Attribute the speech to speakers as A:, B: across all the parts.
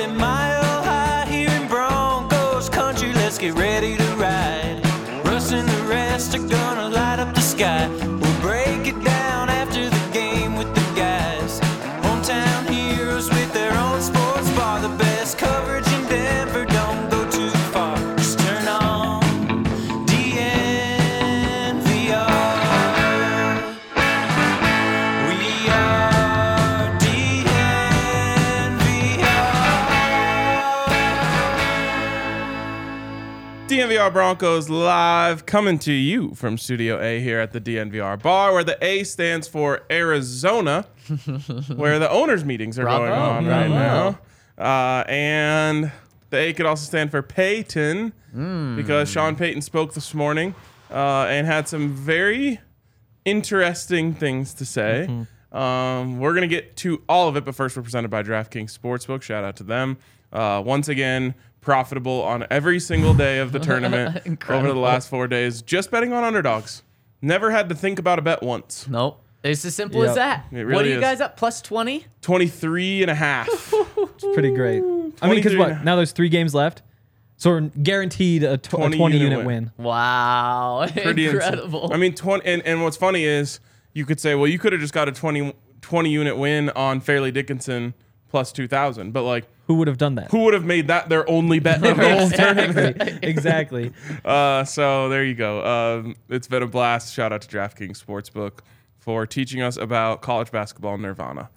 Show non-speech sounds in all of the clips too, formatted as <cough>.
A: at mile high here in Broncos country. Let's get ready to ride. Russ and the rest are gonna light up the sky. We'll break it down after the game with the guys. Hometown heroes with their own sports bar. The best coverage in Denver. Don't go too far. Just turn on DNVR. We are
B: DNVR Broncos live coming to you from Studio A here at the DNVR bar, where the A stands for Arizona, where the owners' meetings are going on right now. Uh, and the A could also stand for Peyton because Sean Payton spoke this morning uh, and had some very interesting things to say. Um, we're going to get to all of it, but first we're presented by DraftKings Sportsbook. Shout out to them. Uh, once again, profitable on every single day of the tournament over the
C: Incredible.
B: last four days. Just betting on underdogs. Never had to think about a bet once.
C: Nope. It's as simple as
D: Yep.
C: that.
B: It
C: what
B: really
C: are you
B: is.
C: guys at? Plus 20?
B: 23 and a half.
D: It's pretty great. I mean,
B: 23 Hmm,
D: because
B: and a-
D: what? Now there's three games left, so we're guaranteed a, tw-
B: 20
D: a 20
B: unit
D: unit,
B: win.
D: win.
C: Wow. <laughs>
B: Pretty insane.
C: Incredible.
B: I mean, 20. And, and what's funny is you could say, well, you could have just got a 20, 20 unit win on Fairleigh Dickinson plus 2,000. But like,
D: Who would have done that?
B: who would have made that their only bet of the whole tournament?
D: exactly.
B: Uh, so there you go. Um, it's been a blast. Shout out to DraftKings Sportsbook for teaching us about college basketball nirvana.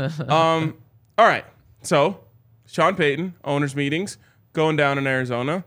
B: um, all right. So Sean Payton, owners meetings going down in Arizona.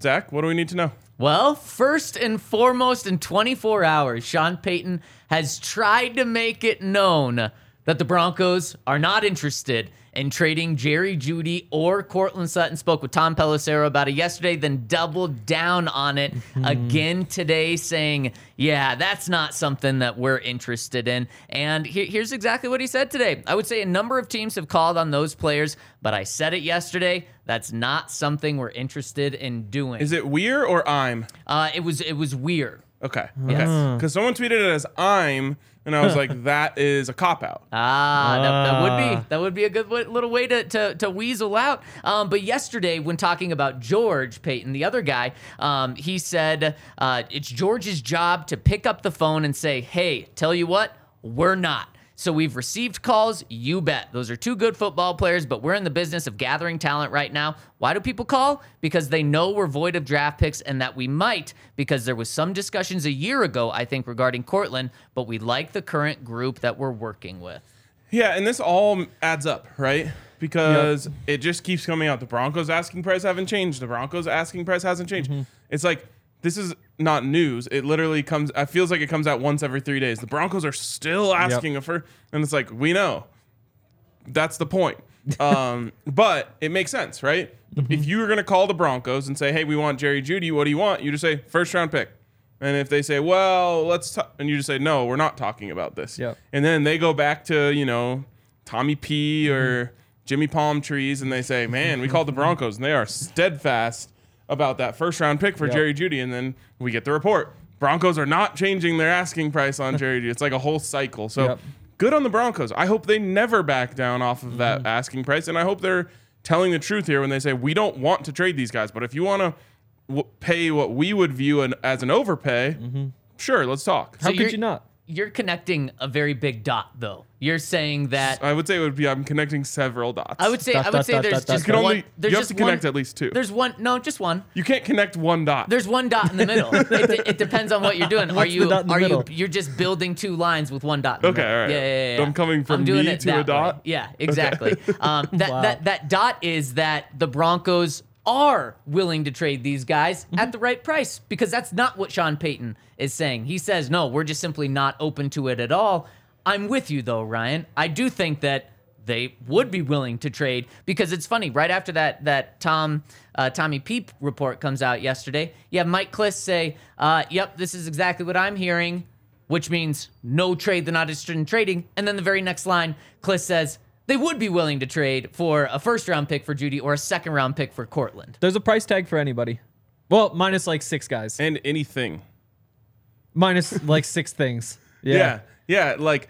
B: Zach, what do we need to know?
C: Well, first and foremost, in 24 hours, Sean Payton has tried to make it known that the Broncos are not interested in trading Jerry Judy or Cortland Sutton. Spoke with Tom Pelissero about it yesterday, then doubled down on it again today, saying, Yeah, that's not something that we're interested in. And he- here's exactly what he said today. I would say a number of teams have called on those players, but I said it yesterday. That's not something we're interested in doing.
B: Is it Weir or I'm?
C: Uh, it was it was weird.
B: Okay.
C: Yes. Hmm.
B: Okay. Because someone tweeted it as I'm, and I was
C: <laughs>
B: like, that is a cop out.
C: Ah, that, that would
D: Ah.
C: be that would be a good wa- little way to to, to weasel out. Um, but yesterday, when talking about George Payton, the other guy, um, he said uh, it's George's job to pick up the phone and say, "Hey, tell you what, we're not." So we've received calls. You bet. Those are two good football players, but we're in the business of gathering talent right now. Why do people call? Because they know we're void of draft picks and that we might, because there was some discussions a year ago, I think, regarding Cortland, but we like the current group that we're working with.
B: Yeah, and this all adds up, right? Because it just keeps coming out. The Broncos asking price haven't changed. The Broncos asking price hasn't changed.
C: Mm-hmm.
B: It's like this is not news. It literally comes. It feels like it comes out once every three days. The Broncos are still asking for, and it's like we know. That's the
D: <laughs>
B: point. Um, but it makes sense, right?
D: Mm-hmm.
B: If you were gonna call the Broncos and say, "Hey, we want Jerry Judy. What do you want?" You just say first round pick. And if they say, "Well, let's," ta-, and you just say, "No, we're not talking about this."
D: Yep.
B: And then they go back to, you know, Tommy
D: Mm-hmm.
B: P or Jimmy Palm Trees and they say, man, we called the Broncos and they are steadfast about that first round pick for
D: Yep.
B: Jerry Judy. And then we get the report. Broncos are not changing their asking price
D: <laughs>
B: on Jerry Judy. It's like a whole cycle. So
D: Yep.
B: good on the Broncos. I hope they never back down off of that asking price. And I hope they're telling the truth here when they say we don't want to trade these guys, but if you want to w- pay what we would view an, as an overpay, sure, let's talk.
D: How
C: you're-
D: could you not?
C: You're connecting a very big dot, though. You're saying that
B: I would say it would be I'm connecting several dots.
C: I would say
D: Dot,
C: I
D: dot,
C: would say
D: dot,
C: there's
D: dot, dot,
C: just
D: dot. You
B: can
C: one.
B: only-
C: there's
B: you have
C: just
B: to connect
C: one-
B: at least two.
C: There's one. No, just one.
B: you can't connect one dot.
C: There's one dot in the
D: <laughs>
C: middle. it, de- it depends on what you're doing. are
D: What's
C: you
D: the dot in the
C: are you
D: middle?
C: you're just building two lines with one dot? in the
B: Okay,
C: middle.
B: all right.
C: Yeah, yeah, yeah,
B: So
C: yeah.
B: I'm coming from
C: I'm doing
B: me
C: it
B: to a
C: that way.
B: dot?
C: Yeah,
B: <laughs>
C: exactly. Um, that
D: Wow.
C: that that dot is that the Broncos are willing to trade these guys at the right price because that's not what Sean Payton is saying. He says no, we're just simply not open to it at all. I'm with you though, Ryan. I do think that they would be willing to trade because it's funny. Right after that that Tom uh, Tommy Peep report comes out yesterday, you have Mike Kliss say, uh, "Yep, this is exactly what I'm hearing," which means no trade. They're not interested in trading. And then the very next line, Kliss says they would be willing to trade for a first round pick for Judy or a second round pick for Cortland.
D: There's a price tag for anybody. Well, minus like six guys.
B: and anything.
D: Minus like six things. Yeah.
B: Yeah. Yeah, like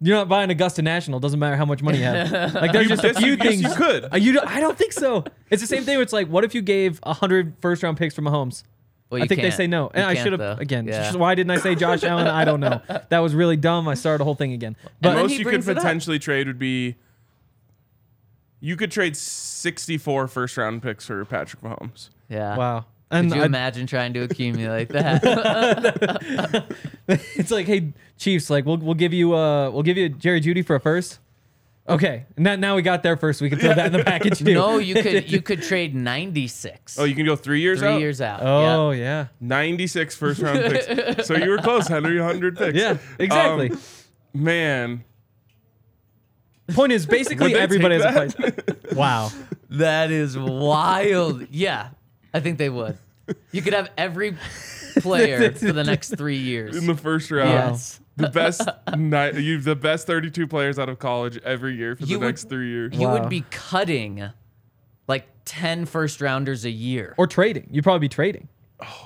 D: You're not buying Augusta National. Doesn't matter how much money
C: <laughs>
D: you have. Like there's just a
B: yes,
D: few
B: you- yes,
D: things
B: you could.
D: Uh, you don't- I don't think so. It's the same thing. where It's like, what if you gave 100 first round picks for Mahomes?
C: Well,
D: I
C: you
D: think they
C: can't.
D: say no.
C: You
D: And I
C: can't,
D: should have
C: though.
D: again.
C: Yeah.
D: just why didn't I say Josh Allen? I don't know. That was really dumb. I started the whole thing again. But
C: then
B: most
C: he
B: you could
C: brings it up.
B: potentially trade would be you could trade 64 first round picks for Patrick Mahomes.
C: Yeah.
D: wow.
C: Could
D: And
C: you
D: I-
C: imagine trying to
D: <laughs>
C: accumulate that?
D: it's like, hey, Chiefs, like we'll we'll give you uh we'll give you Jerry Judy for a first. Okay. And that now we got there first. We can throw that in the package too.
C: no, you could you could trade 96.
B: Oh, you can go three years
C: three
B: out?
C: years out. yeah.
D: Oh yeah.
B: <laughs> 96 first round picks. So you were close, Henry, 100 picks.
D: Yeah, exactly.
B: Um, man,
D: Point is
B: Would
D: basically
B: they
D: everybody
B: take
D: has a price. wow.
C: That is wild. <laughs> yeah, I think they would. You could have
D: <laughs>
C: every player for the next three years.
B: in the first round.
C: Yes.
B: The best ni- you the best 32 players out of college every year for the
C: You would-
B: next 3 years.
C: You would
D: Wow.
C: be cutting like 10 first rounders a year.
D: Or trading. You'd probably be trading.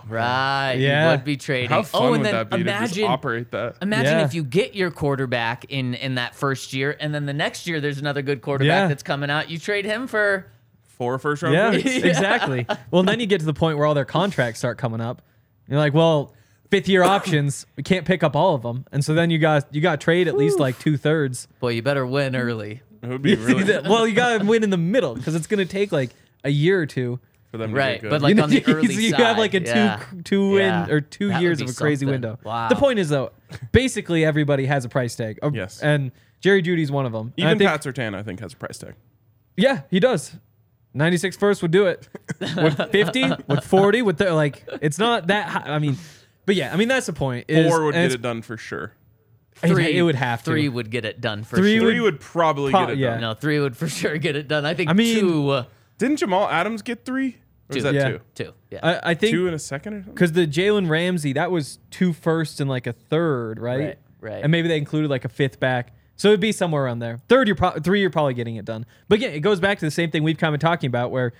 C: right.
D: Yeah.
C: You would be trading.
B: How fun
C: oh, and
B: would
C: then
B: that be to just
C: imagine
B: operate that?
C: Imagine
D: Yeah.
C: if you get your quarterback in in that first year, and then the next year there's another good quarterback
D: Yeah.
C: that's coming out. You trade him for
B: Four first round
D: Yeah,
C: <laughs>
B: picks.
D: exactly. Well, then you get to the point where all their contracts start coming up. You're like, well, fifth year options, we can't pick up all of them, and so then you got you got to trade at least like two thirds.
C: boy, you better win early.
B: It would be really
D: <laughs> well, you got to win in the middle because it's gonna take like a year or two.
B: for them to
C: Right,
B: get good.
C: but like
D: <laughs> you
C: on the early
D: so you
C: side,
D: have like a two
C: yeah.
D: two win
C: Yeah.
D: or two
C: That would
D: years
C: be
D: of a crazy
C: something.
D: window.
C: Wow.
D: The point is
C: <laughs>
D: though, basically everybody has a price tag. Uh,
B: Yes.
D: and Jerry Judy's one of them. And I
B: even
D: think-
B: Pat Sertan, I think, has a price tag.
D: Yeah, he does. 96 first would do it.
C: <laughs>
D: With 50, with 40, with the, like it's not that high. I mean, but yeah, I mean that's the point. Is,
B: Four would
D: and
B: get
D: it's-
B: it done for sure.
D: <laughs> it-
C: Three
D: It would have to.
C: Three would get it done for
D: Three
C: sure.
B: Three would probably
D: Pro-
B: get it
D: yeah.
B: done.
C: No, three would for <laughs> sure get it done. I think
D: I mean-
C: two, uh,
B: Didn't Jamal Adams get three? Or was
C: Two.
B: that
D: Yeah.
B: two?
C: two. Yeah.
D: I, I
B: Two
D: think
B: in a second or something?
D: because the Jalen Ramsey that was two firsts and like a third, right?
C: Right, right.
D: And maybe they included like a fifth back, so it'd be somewhere around there. Third, you're pro- three, you're probably getting it done. But again, it goes back to the same thing we've kind of been talking about, where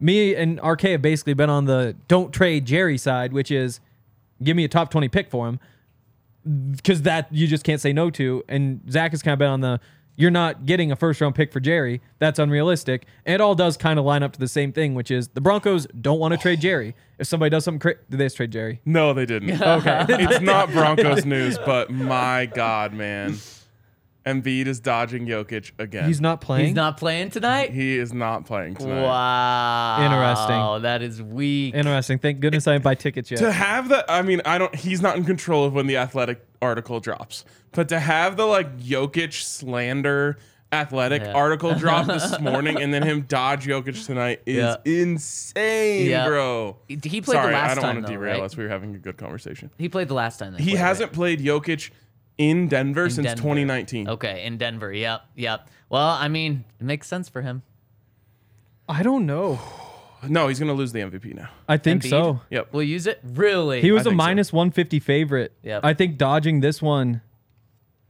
D: me and RK have basically been on the don't trade Jerry side, which is give me a top twenty pick for him. because that you just can't say no to. And Zach has kind of been on the you're not getting a first round pick for Jerry. That's unrealistic. And it all does kind of line up to the same thing, which is the Broncos don't want to trade Jerry. If somebody does something, cra- did they just trade Jerry?
B: No, they
C: <laughs>
B: didn't. Okay. it's not Broncos news, but my God, man. Embiid is dodging Jokic again.
D: He's not playing.
C: He's not playing tonight?
B: He is not playing tonight.
C: Wow.
D: Interesting.
C: That is weak.
D: Interesting. Thank goodness I didn't buy tickets
B: To
D: yet.
B: have the, I mean, I don't, he's not in control of when the athletic article drops, but to have the like Jokic slander athletic
C: <laughs>
B: article drop this morning and then him dodge Jokic tonight is
C: Yeah.
B: insane,
C: Yeah.
B: bro.
C: He played the last
B: I don't
C: time,
B: wanna
C: though,
B: derail
C: right?
B: us. We were having a good conversation.
C: he played the last time. they
B: He
C: played,
B: hasn't played Jokic in Denver
C: In
B: since
C: Denver.
B: 2019.
C: right? Okay, in Denver. Yep, yep. Well, I mean, it makes sense for him.
D: <laughs> I don't know.
B: No, he's going to lose the MVP now.
D: I think
C: Embiid?
D: so.
B: Yep.
C: We'll use it. Really?
D: He was a
B: think so.
D: minus 150 favorite.
C: Yep.
D: I think dodging this one.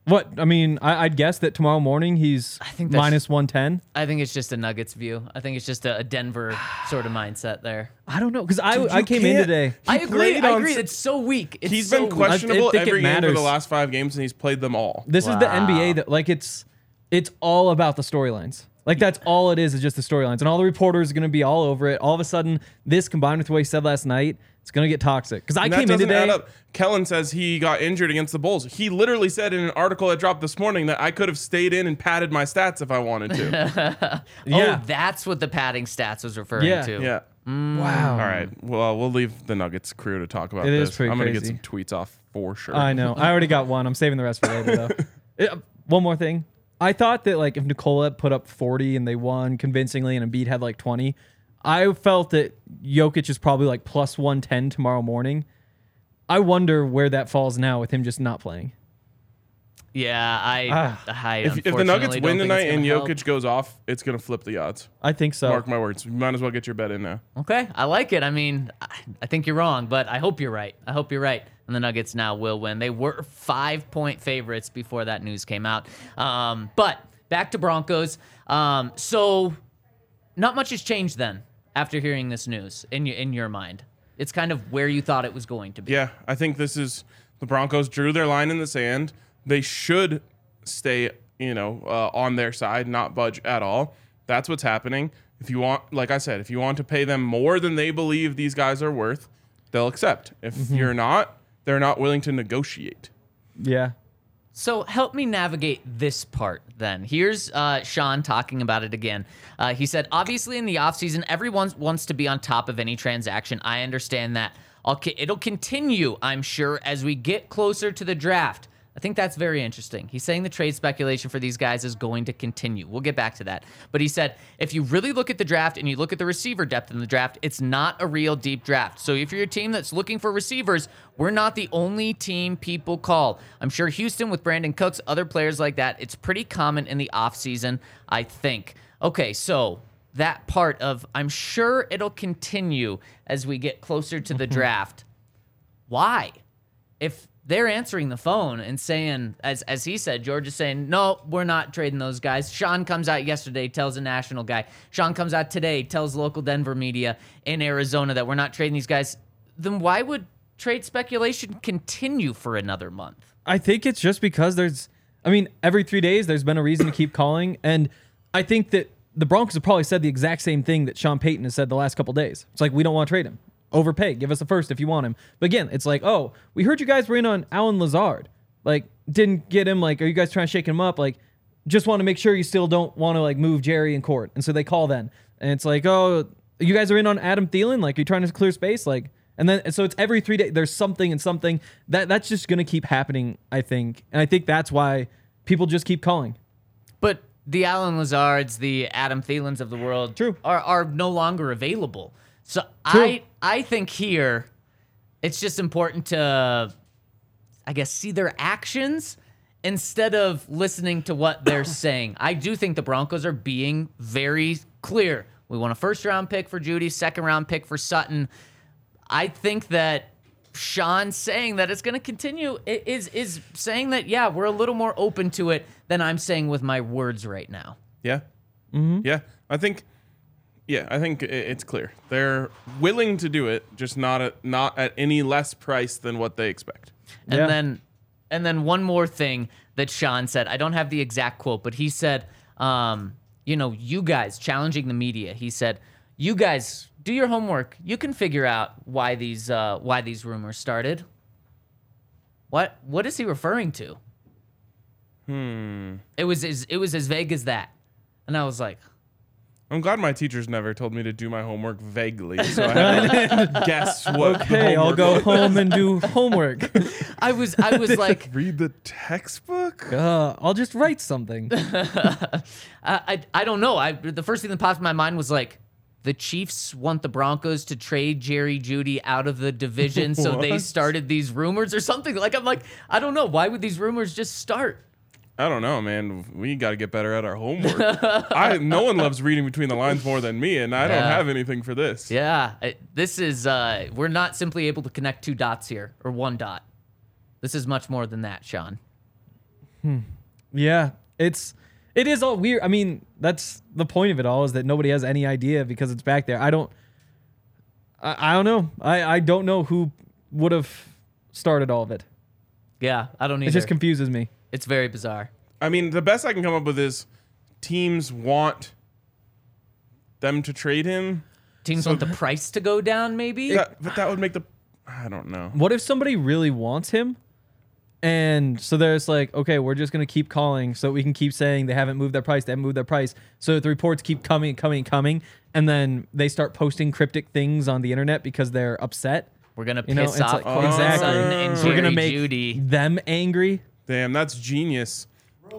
D: What I mean, I, I'd guess that tomorrow morning he's
C: I think that's-
D: minus 110.
C: I think it's just a Nuggets view. I think it's just a, a Denver <sighs> sort of mindset there.
D: I don't know because I
B: Dude,
D: I
B: you
D: came in
B: can't-
D: today.
C: I agree.
B: played
C: I
B: on
C: agree.
B: s-
C: It's so weak. It's
B: He's
C: so
B: been
C: weak.
B: questionable
D: think it
B: every game for the
D: matters.
B: last five games, and he's played them all.
D: This is the
C: Wow.
D: NBA that like it's it's all about the storylines. Like that's all it is is just the storylines, and all the reporters are going to be all over it. All of a sudden, this combined with what he said last night, it's going to get toxic. Because I
B: And
D: came in today.
B: Kellen says he got injured against the Bulls. He literally said in an article that dropped this morning that I could have stayed in and padded my stats if I wanted
D: <laughs>
B: to.
D: Yeah.
C: Oh, that's what the padding stats was referring
D: Yeah.
C: to.
B: yeah.
D: wow.
B: All right. Well, we'll leave the Nuggets crew to talk about
D: Mm. It is
B: this.
D: pretty
B: I'm gonna get
D: crazy.
B: some tweets off for sure.
D: I know. I already got one. I'm saving the rest for later though. Yeah, one more thing. I thought that like if Nicola put up 40 and they won convincingly and Embiid had like 20, I felt that Jokic is probably like plus 110 tomorrow morning. I wonder where that falls now with him just not playing.
C: Yeah, I, I
B: Ah. If, if the
C: unfortunately
B: Nuggets win
C: don't think it's
B: tonight
C: gonna
B: and
C: help.
B: Jokic goes off, it's gonna flip the odds.
D: I think so.
B: Mark my words. You might as well get your bet in now.
C: Okay, I like it. I mean, I- I think you're wrong, but I hope you're right. I hope you're right. And the Nuggets now will win. They were five point favorites before that news came out. Um, but back to Broncos. Um, so, not much has changed then after hearing this news in your, in your mind. It's kind of where you thought it was going to be.
B: Yeah, I think this is the Broncos drew their line in the sand. They should stay, you know, uh, on their side, not budge at all. That's what's happening. If you want, like I said, if you want to pay them more than they believe these guys are worth, they'll accept. If you're not, they're not willing to negotiate.
D: yeah.
C: So help me navigate this part then. Here's uh, Sean talking about it again. Uh, he said, obviously, in the offseason, everyone wants to be on top of any transaction. I understand that. I'll co- it'll continue, I'm sure, as we get closer to the draft. I think that's very interesting. He's saying the trade speculation for these guys is going to continue. We'll get back to that. But he said, if you really look at the draft and you look at the receiver depth in the draft, it's not a real deep draft. So if you're a team that's looking for receivers, we're not the only team people call. I'm sure Houston with Brandon Cooks, other players like that, it's pretty common in the offseason, I think. Okay, so that part of I'm sure it'll continue as we get closer to the draft. Why? if they're answering the phone and saying, as as he said, George is saying, no, we're not trading those guys. Sean comes out yesterday, tells a national guy. Sean comes out today, tells local Denver media in Arizona that we're not trading these guys. Then why would trade speculation continue for another month?
D: I think it's just because there's, I mean, every three days there's been a reason to keep calling, and I think that the Broncos have probably said the exact same thing that Sean Payton has said the last couple days. It's like we don't want to trade him, overpay, give us a first if you want him. But again, it's like, oh, we heard you guys were in on Alan Lazard, like didn't get him. Like, are you guys trying to shake him up? Like, just want to make sure you still don't want to like move Jerry in court, and so they call then, and it's like, oh, you guys are in on Adam Thielen, like you're trying to clear space, like. And then so it's every three days there's something and something that that's just gonna keep happening, I think. And I think that's why people just keep calling.
C: But the Alan Lazards, the Adam Thielens of the world,
D: True.
C: are are no longer available. So
D: True.
C: I I think here, it's just important to, I guess, see their actions instead of listening to what they're saying. I do think the Broncos are being very clear. We want a first round pick for Judy, second round pick for Sutton. I think that Sean saying that it's going to continue i- is is saying that yeah, we're a little more open to it than I'm saying with my words right now.
B: Yeah. Mm-hmm. Yeah. I think. Yeah, I think i- it's clear they're willing to do it, just not at not at any less price than what they expect.
C: And
D: Yeah.
C: then and then one more thing that Sean said. I don't have the exact quote, but he said, um, you know, you guys challenging the media. He said, you guys do your homework. You can figure out why these uh, why these rumors started. What what is he referring to? Hmm. It was as, it was as vague as that. And I was like,
B: I'm glad my teachers never told me to do my homework vaguely, so I had to guess what.
D: <laughs> Hey,
B: the
D: I'll
B: homework
D: go
B: was.
D: home and <laughs> do homework.
C: I was I was like
B: Read the textbook.
D: Uh, I'll just write something.
C: I, I I don't know. I the first thing that popped in my mind was like the Chiefs want the Broncos to trade Jerry Judy out of the division,
D: <laughs>
C: so they
B: What?
C: started these rumors or something. Like I'm like I don't know. Why would these rumors just start?
B: I don't know, man. We got to get better at our homework. I no one loves reading between the lines more than me, and I don't
C: Yeah.
B: have anything for this.
C: Yeah, I- this is uh, we're not simply able to connect two dots here or one dot. This is much more than that, Sean.
D: yeah. It's it is all weird. I mean, that's the point of it all is that nobody has any idea because it's back there. I don't I, I don't know. I, I don't know who would have started all of it.
C: Yeah, I don't
D: It
C: either.
D: just confuses me.
C: it's very bizarre.
B: I mean, the best I can come up with is teams want them to trade him.
C: Teams want the price to go down, maybe.
B: That- but that would make the. I don't know.
D: What if somebody really wants him? And so there's like, okay, we're just gonna keep calling so we can keep saying they haven't moved their price, they haven't moved their price. So the reports keep coming and coming and coming, and then they start posting cryptic things on the internet because they're upset.
C: We're gonna piss
D: You know, it's
C: off
D: like-
C: Cortland
D: Exactly.
C: Sutton and Jerry
D: we're gonna make
C: Judy.
D: them angry.
B: Damn, that's genius.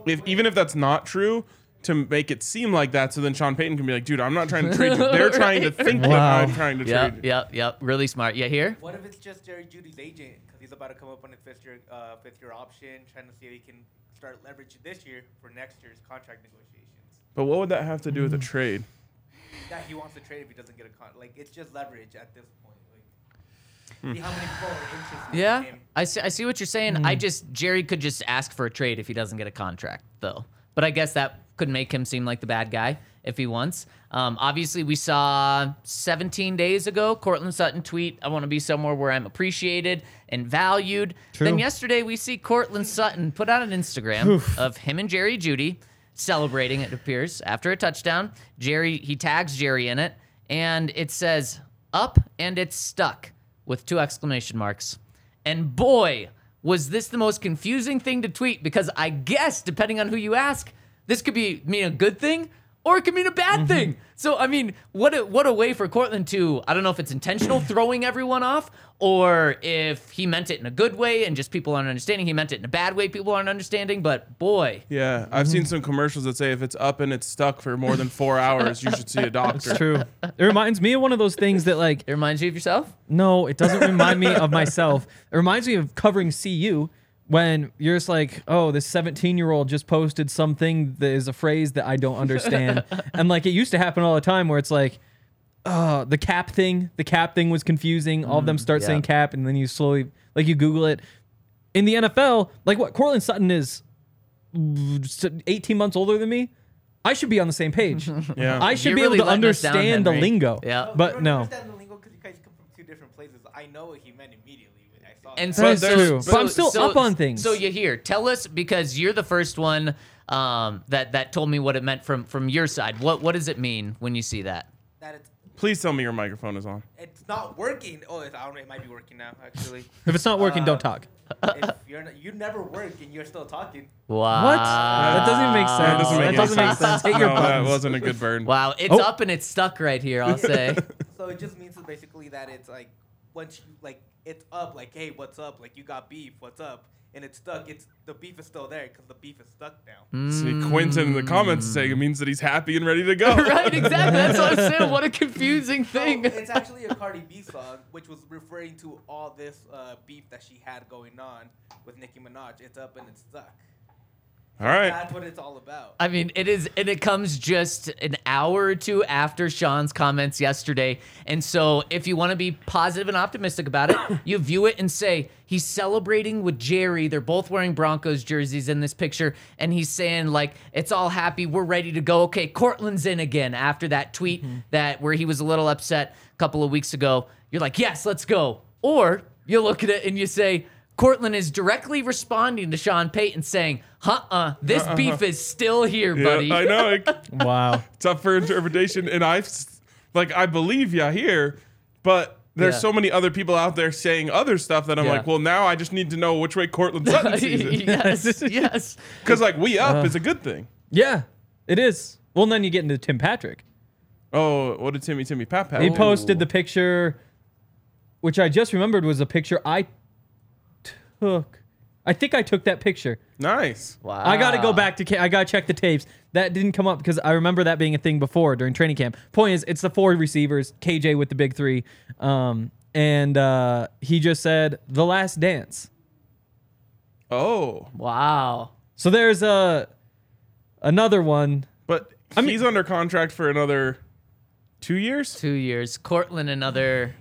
B: If even if that's not true, to make it seem like that, so then Sean Payton can be like, "Dude, I'm not trying to trade you.
D: <laughs>
B: They're trying to think that
D: Wow.
B: I'm trying to
C: Yep,
B: trade." you."
C: yep, yep. Really smart. Yeah, here.
E: What if it's just Jerry Judy's agent because he's about to come up on a fifth year uh, fifth year option, trying to see if he can start leveraging this year for next year's contract negotiations.
B: But what would that have to do
D: Mm.
B: with a trade?
E: That he wants to trade if he doesn't get a con. Like it's just leverage at this point. Like,
D: Hmm.
E: see how many people are interested
C: Yeah,
E: in him.
C: I see. I see what you're saying. I just Jerry could just ask for a trade if he doesn't get a contract, though. But I guess that could make him seem like the bad guy if he wants. Um, obviously, we saw 17 days ago Cortland Sutton tweet, "I want to be somewhere where I'm appreciated and valued." Then yesterday we see Cortland Sutton put out an Instagram of him and Jerry Judy celebrating. It appears after a touchdown, Jerry he tags Jerry in it, and it says "up" and it's stuck with two exclamation marks. And boy, was this the most confusing thing to tweet because I guess, depending on who you ask, this could be mean a good thing or it could mean a bad thing. So I mean, what a, what a way for Cortland to I don't know if it's intentional throwing everyone off or if he meant it in a good way and just people aren't understanding. He meant it in a bad way, people aren't understanding. But boy,
B: Yeah, I've seen some commercials that say if it's up and it's stuck for more than
D: <laughs>
B: four hours, you should see a doctor.
D: It's true. it reminds me of one of those things that like
C: it reminds you of yourself.
D: No, it doesn't remind me of myself. It reminds me of covering CU when you're just like, oh, this 17 year old just posted something that is a phrase that I don't understand.
C: <laughs>
D: and like it used to happen all the time where it's like, uh, the cap thing, the cap thing was confusing. All
C: Mm,
D: of them start saying cap, and then you slowly, like, you Google it. In the NFL, like what? Cortland Sutton is 18 months older than me. I should be on the
C: <laughs>
D: same page.
B: Yeah.
D: I should
C: You're
D: be
C: really
D: able to
C: letting us down,
D: understand the
C: Henry.
D: lingo.
C: Yeah.
E: you
D: But
E: don't
D: no.
E: understand the lingo because you guys come from two different places. I know what he meant immediately when I saw
C: And
E: that.
C: so,
D: That's
C: so-
D: true.
C: so-
D: But I'm still
C: so-
D: up on things.
C: So you hear, tell us because you're the first one um, that that told me what it meant from from your side. What what does it mean when you see that?
E: that it's
B: Please tell me your microphone is on.
E: it's not working. Oh, it's, I don't know. It might be working now
C: <laughs>
E: actually.
D: If it's not working,
C: Uh,
D: don't talk.
E: if you're not, you never work and you're still talking.
C: Wow.
D: What? that doesn't even make sense.
B: That doesn't make,
D: Uh, that
B: any
D: doesn't make sense. Hit your
B: no, that
D: buttons.
B: wasn't a good burn.
C: Wow, it's
D: Oh.
C: up and it's stuck right here, I'll
D: <laughs>
C: say.
E: So it just means basically that it's like once you like it's up, like hey, what's up? Like you got beef, what's up? And it's stuck. It's the beef is still there because the beef is stuck now.
B: See, Quentin in the comments is saying it means that he's happy and ready to
D: <laughs>
B: go.
C: right, exactly. That's what I'm saying. What a confusing
E: <laughs> So
C: thing.
E: it's actually a Cardi B song, which was referring to all this uh, beef that she had going on with Nicki Minaj. It's up and it's stuck.
B: All right.
E: That's what it's all about.
C: I mean, it is, and it comes just an hour or two after Sean's comments yesterday. And so, if you want to be positive and optimistic about it, you view it and say, he's celebrating with Jerry. They're both wearing Broncos jerseys in this picture. And he's saying, like, it's all happy. We're ready to go. Okay, Cortland's in again after that tweet that where he was a little upset a couple of weeks ago. You're like, yes, let's go. Or you look at it and you say, Cortland is directly responding to Sean Payton saying, huh uh, this beef is still here, buddy. <laughs>
B: Yeah, I know.
D: <laughs>
B: it-
D: Wow.
B: it's up for interpretation. And I've, s- like, I believe ya here, but there's
C: Yeah.
B: so many other people out there saying other stuff that I'm
C: Yeah.
B: like, well, now I just need to know which way Cortland Sutton sees
C: <laughs>
B: it. <laughs>
C: yes, yes.
B: Because, like, we up
C: Uh.
B: is a good thing.
D: Yeah, it is. Well, and then you get into Tim Patrick.
B: Oh, what did Timmy Timmy Pat Pat?
D: He posted the picture, which I just remembered was a picture I took. I think I took that picture.
B: Nice.
C: Wow.
D: I gotta go back to. Ca- I gotta check the tapes. That didn't come up because I remember that being a thing before during training camp. Point is, it's the four receivers, KJ with the big three, um, and uh, he just said the last dance.
B: Oh,
C: Wow.
D: So there's a another one.
B: but he's under contract for another two years?
C: Two years. Cortland another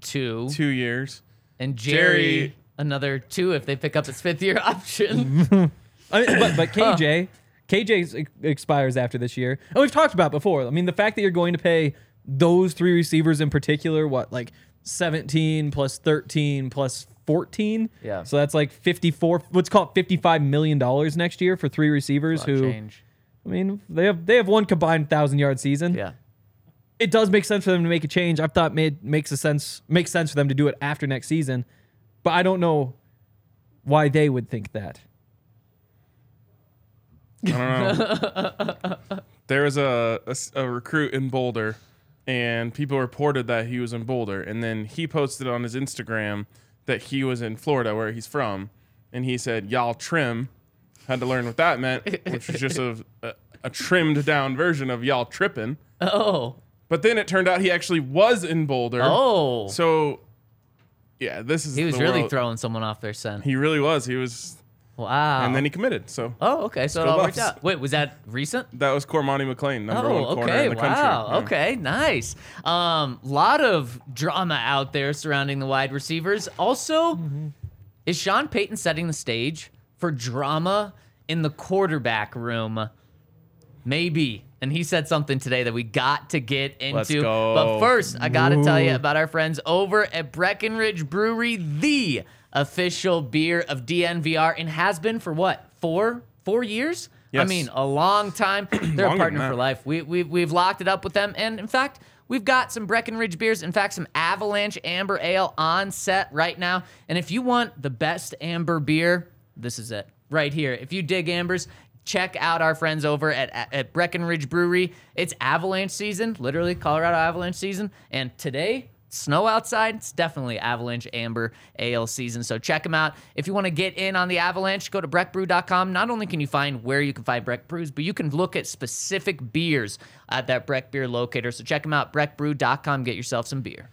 C: two.
B: Two years.
C: And Jerry,
B: Jerry-
C: another two if they pick up his fifth year <laughs>
B: <laughs>
C: option.
D: I mean,
C: <coughs>
D: but but KJ, KJ 's ex- expires after this year, and we've talked about before. I mean, the fact that you're going to pay those three receivers in particular, what like 17 plus 13 plus 14,
C: Yeah.
D: So that's like 54. What's called 55 million dollars next year for three receivers. Who
C: Change.
D: I mean, they have they have one combined thousand yard season.
C: Yeah.
D: it does make sense for them to make a change. I've thought made makes a sense makes sense for them to do it after next season, but I don't know why they would think that.
B: I don't know. there was a, a s- a recruit in Boulder, and people reported that he was in Boulder, and then he posted on his Instagram that he was in Florida, where he's from, and he said "y'all trim." Had to learn what that meant, which was just
C: <laughs>
B: a, a, a trimmed down version of "y'all tripping."
C: Oh,
B: But then it turned out he actually was in Boulder.
C: oh,
B: so yeah, this is
C: he was
B: the
C: really
B: world-
C: throwing someone off their scent.
B: He really was. He was,
C: wow.
B: and then he committed. So
C: oh, okay. So it
B: Go
C: all worked
B: Buffs.
C: out. Wait, was that recent?
B: that was Cormani McLean, number one
C: Oh,
B: corner
C: okay.
B: in the country.
C: wow.
B: Yeah.
C: Okay. Nice. Um, lot of drama out there surrounding the wide receivers. Also,
B: Mm-hmm.
C: is Sean Payton setting the stage for drama in the quarterback room? Maybe. And he said something today that we got to get into.
B: Let's
C: But
B: go.
C: first, I got to tell you about our friends over at Breckenridge Brewery, the official beer of DNVR and has been for what? 4 4 years? I
B: Yes.
C: mean, a
B: <clears throat>
C: long time. They're a
B: Longer
C: partner
B: than
C: for
B: that.
C: life life. We, we, we've locked it up with them. And in fact, we've got some Breckenridge beers, in fact, some Avalanche Amber Ale on set right now. And if you want the best amber beer, this is it right here. If you dig ambers, check out our friends over at, at Breckenridge Brewery. It's Avalanche season, literally Colorado Avalanche season. And today, snow outside. It's definitely Avalanche Amber Ale season. So check them out. If you want to get in on the Avalanche, go to breckbrew.com. Not only can you find where you can find Breck Brews, but you can look at specific beers at that Breck Beer locator. So check them out, breckbrew.com. Get yourself some beer.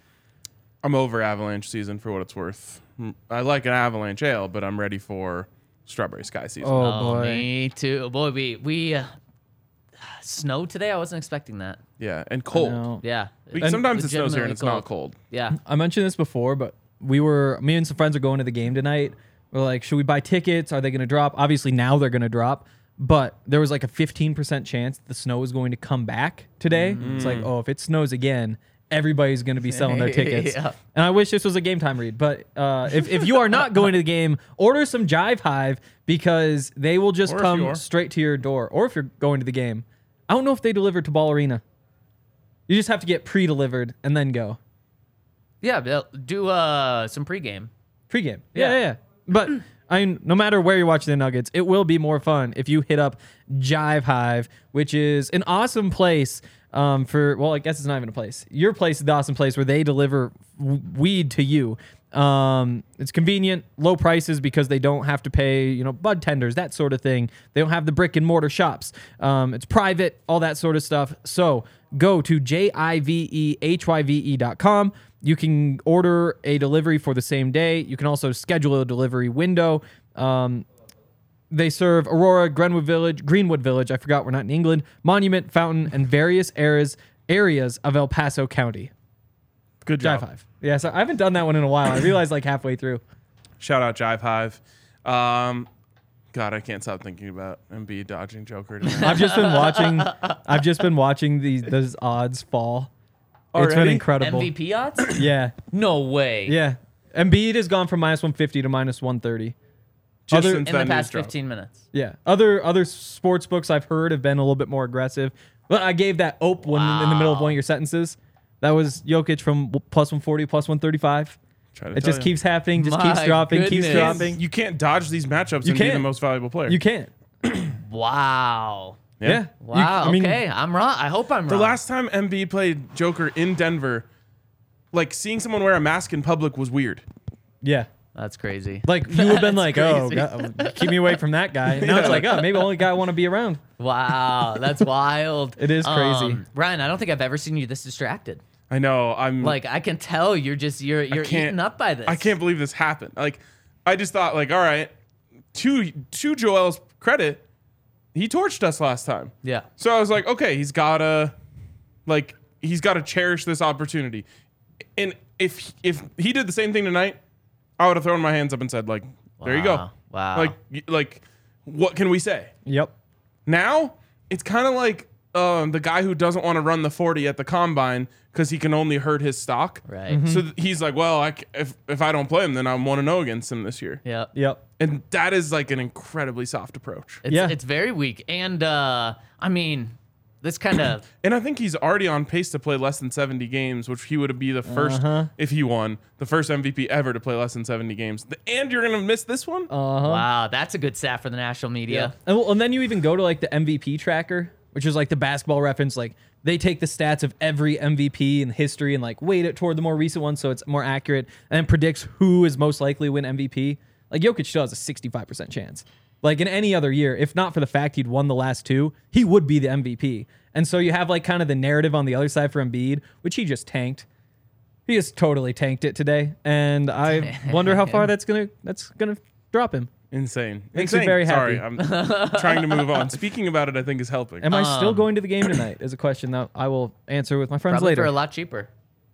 B: I'm over avalanche season for what it's worth.
D: Hmm.
B: Mm, I like an avalanche ale, but I'm ready for strawberry sky season.
D: Oh,
C: Oh, me too. Boy, we, we uh, snow today. I wasn't expecting that.
B: Yeah, and cold.
D: No.
C: Yeah.
B: We- sometimes it snows here and
C: Legitimately
B: it's not cold.
C: Yeah.
D: I mentioned this before, but we were me and some friends are going to the game tonight. We're like, should we buy tickets? Are they going to drop? Obviously, now they're going to drop. But there was like a 15% chance the snow is going to come back today. It's
B: Mm.
D: like, oh, if it snows again, everybody's going to be selling
B: <laughs>
D: their tickets.
C: Yeah.
D: And I wish this was a game time read. But uh, if, if you are not going to the game, order some Jive Hive because they will just
B: Or if you
D: come
B: are.
D: straight to your door. Or if you're going to the game, I don't know if they deliver to Ball Arena. You just have to get pre delivered and then go.
C: Yeah. Bill, Do uh, some pregame.
D: Pre-game.
C: Yeah.
D: Yeah, yeah. yeah. But I mean, no matter where you're watching the Nuggets, it will be more fun if you hit up Jive Hive, which is an awesome place um, for. Well, I guess it's not even a place. Your place is the awesome place where they deliver w- weed to you. Um, it's convenient, low prices because they don't have to pay, you know, bud tenders, that sort of thing. They don't have the brick and mortar shops. Um, it's private, all that sort of stuff. So go to J I V E H Y V E dot com. You can order a delivery for the same day. You can also schedule a delivery window. Um, they serve Aurora, Greenwood Village, Greenwood Village. I forgot we're not in England. Monument, Fountain, and various areas areas of El Paso County.
B: Good
D: Jive
B: job.
D: Hive. Yeah, so I haven't done that one in a while. I realized like halfway through.
B: Shout out Jive Hive. Um, God, I can't stop thinking about Embiid dodging
D: <laughs>
B: Joker. Tonight.
D: I've just
B: <laughs>
D: been watching. I've just been watching these those odds fall. It's been
B: Already?
D: incredible.
C: MVP odds?
D: Yeah,
C: no way.
D: yeah. Embiid has gone from minus one fifty to minus one thirty.
B: Just
D: Other-
B: since
C: In the
B: that news
C: past
B: dropped.
C: 15 minutes.
D: Yeah. Other other sports books I've heard have been a little bit more aggressive. But I gave that Ope one in the middle of one of your sentences. That was Jokic from plus one forty, plus one thirty five.
B: Try to
D: It
B: tell
D: just
B: you.
D: keeps happening, just
C: My
D: keeps dropping, keeps
C: goodness.
D: dropping.
B: You can't dodge these matchups and be the
D: can't.
B: most valuable player.
D: You can't.
C: Wow.
D: Yeah. You-
C: Wow.
D: I mean,
C: okay. I'm wrong. I hope I'm
B: The
C: wrong.
B: last time Embiid played Joker in Denver, like seeing someone wear a mask in public was weird.
D: Yeah.
C: That's crazy.
D: Like you would
C: <laughs>
D: have been like, oh,
C: crazy.
D: God, keep me away from that guy. And
C: <laughs>
D: now it's like, oh, maybe the only guy I want to be around.
C: Wow.
D: <laughs>
C: That's wild. Um,
D: It is crazy.
C: Ryan, I don't think I've ever seen you this distracted.
B: I know. I'm
C: Like I can tell you're just you're you're
B: can't-
C: eaten up by this.
B: I can't believe this happened. Like, I just thought, like, all right, to to Joel's credit, he torched us last time.
C: Yeah.
B: So I was like, okay, he's gotta, like, he's gotta cherish this opportunity. And if if he did the same thing tonight, I would have thrown my hands up and said, like, there you go.
C: Wow. Wow.
B: Like y- like, what can we say?
D: Yep.
B: Now it's kind of like um, the guy who doesn't want to run the 40 at the combine because he can only hurt his stock.
C: Right. Mhm.
B: So th- he's like, well, I c- if if I don't play him, then I'm one to know against him this year.
C: Yep.
D: Yep.
B: And that is like an incredibly soft approach.
C: It's,
D: Yeah.
C: it's very weak. And uh, I mean, this kind
D: <clears throat>
C: of
B: And I think he's already on pace to play less than 70 games, which he would be the 1st if he won, the first MVP ever to play less than 70 games. The, and you're going to miss this one?
D: Uh,
C: wow, that's a good stat for the national media.
D: And, well, and then you even go to like the MVP tracker, which is like the basketball reference. Like they take the stats of every MVP in history and like weight it toward the more recent one so it's more accurate and predicts who is most likely to win MVP. Like Jokic still has a 65% chance. Like in any other year, if not for the fact he'd won the last two, he would be the MVP. And so you have like kind of the narrative on the other side for Embiid, which he just tanked. He just totally tanked it today, and I wonder how far that's gonna that's gonna drop him.
B: Insane.
D: Makes me
B: Insane.
D: very
B: Sorry, I'm trying to move
D: <laughs>
B: on. Speaking about it, I think is helping.
D: Am I still going to the game tonight? Is a question that I will answer with my friends
C: Um, Probably
D: later.
C: for a lot cheaper.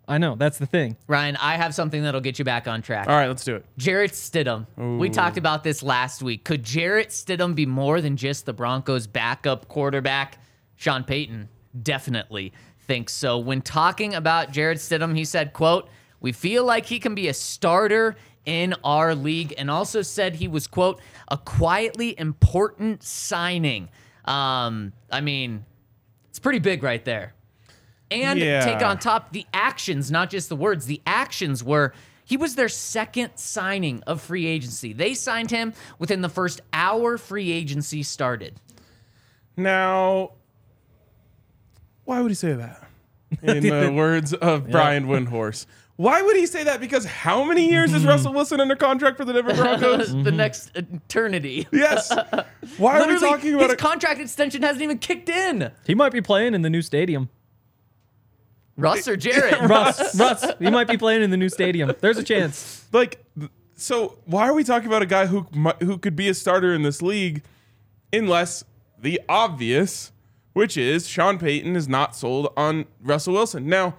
D: I know that's the thing.
C: Ryan, I have something that'll get you back on track.
B: All right, let's do it.
C: Jarrett Stidham. We talked about this last week. Could Jarrett Stidham be more than just the Broncos' backup quarterback? Sean Payton definitely thinks so. When talking about Jarrett Stidham, he said, quote, we feel like he can be a starter in our league, and also said he was, quote, a quietly important signing. Um, I mean, it's pretty big right there. And
B: Yeah.
C: take on top the actions, not just the words. The actions were he was their second signing of free agency. They signed him within the first hour free agency started. <laughs>
B: Now, why would he say that? <laughs> In the words of Brian Windhorse. Mm-hmm. Why would he say that? Because how many years is Russell Wilson under contract for the Denver <laughs> Broncos?
C: the next eternity.
B: yes. Why are we
C: <laughs> Literally,
B: talking about
C: his
B: it?
C: contract extension hasn't even kicked in.
D: He might be playing in the new stadium.
C: Russ or
B: <laughs>
C: Jared? <laughs>
D: Russ, Russ, he might be playing in the new stadium. There's a chance.
B: like th- so why are we talking about a guy who mi- who could be a starter in this league unless the obvious which is Sean Payton is not sold on Russell Wilson. Now,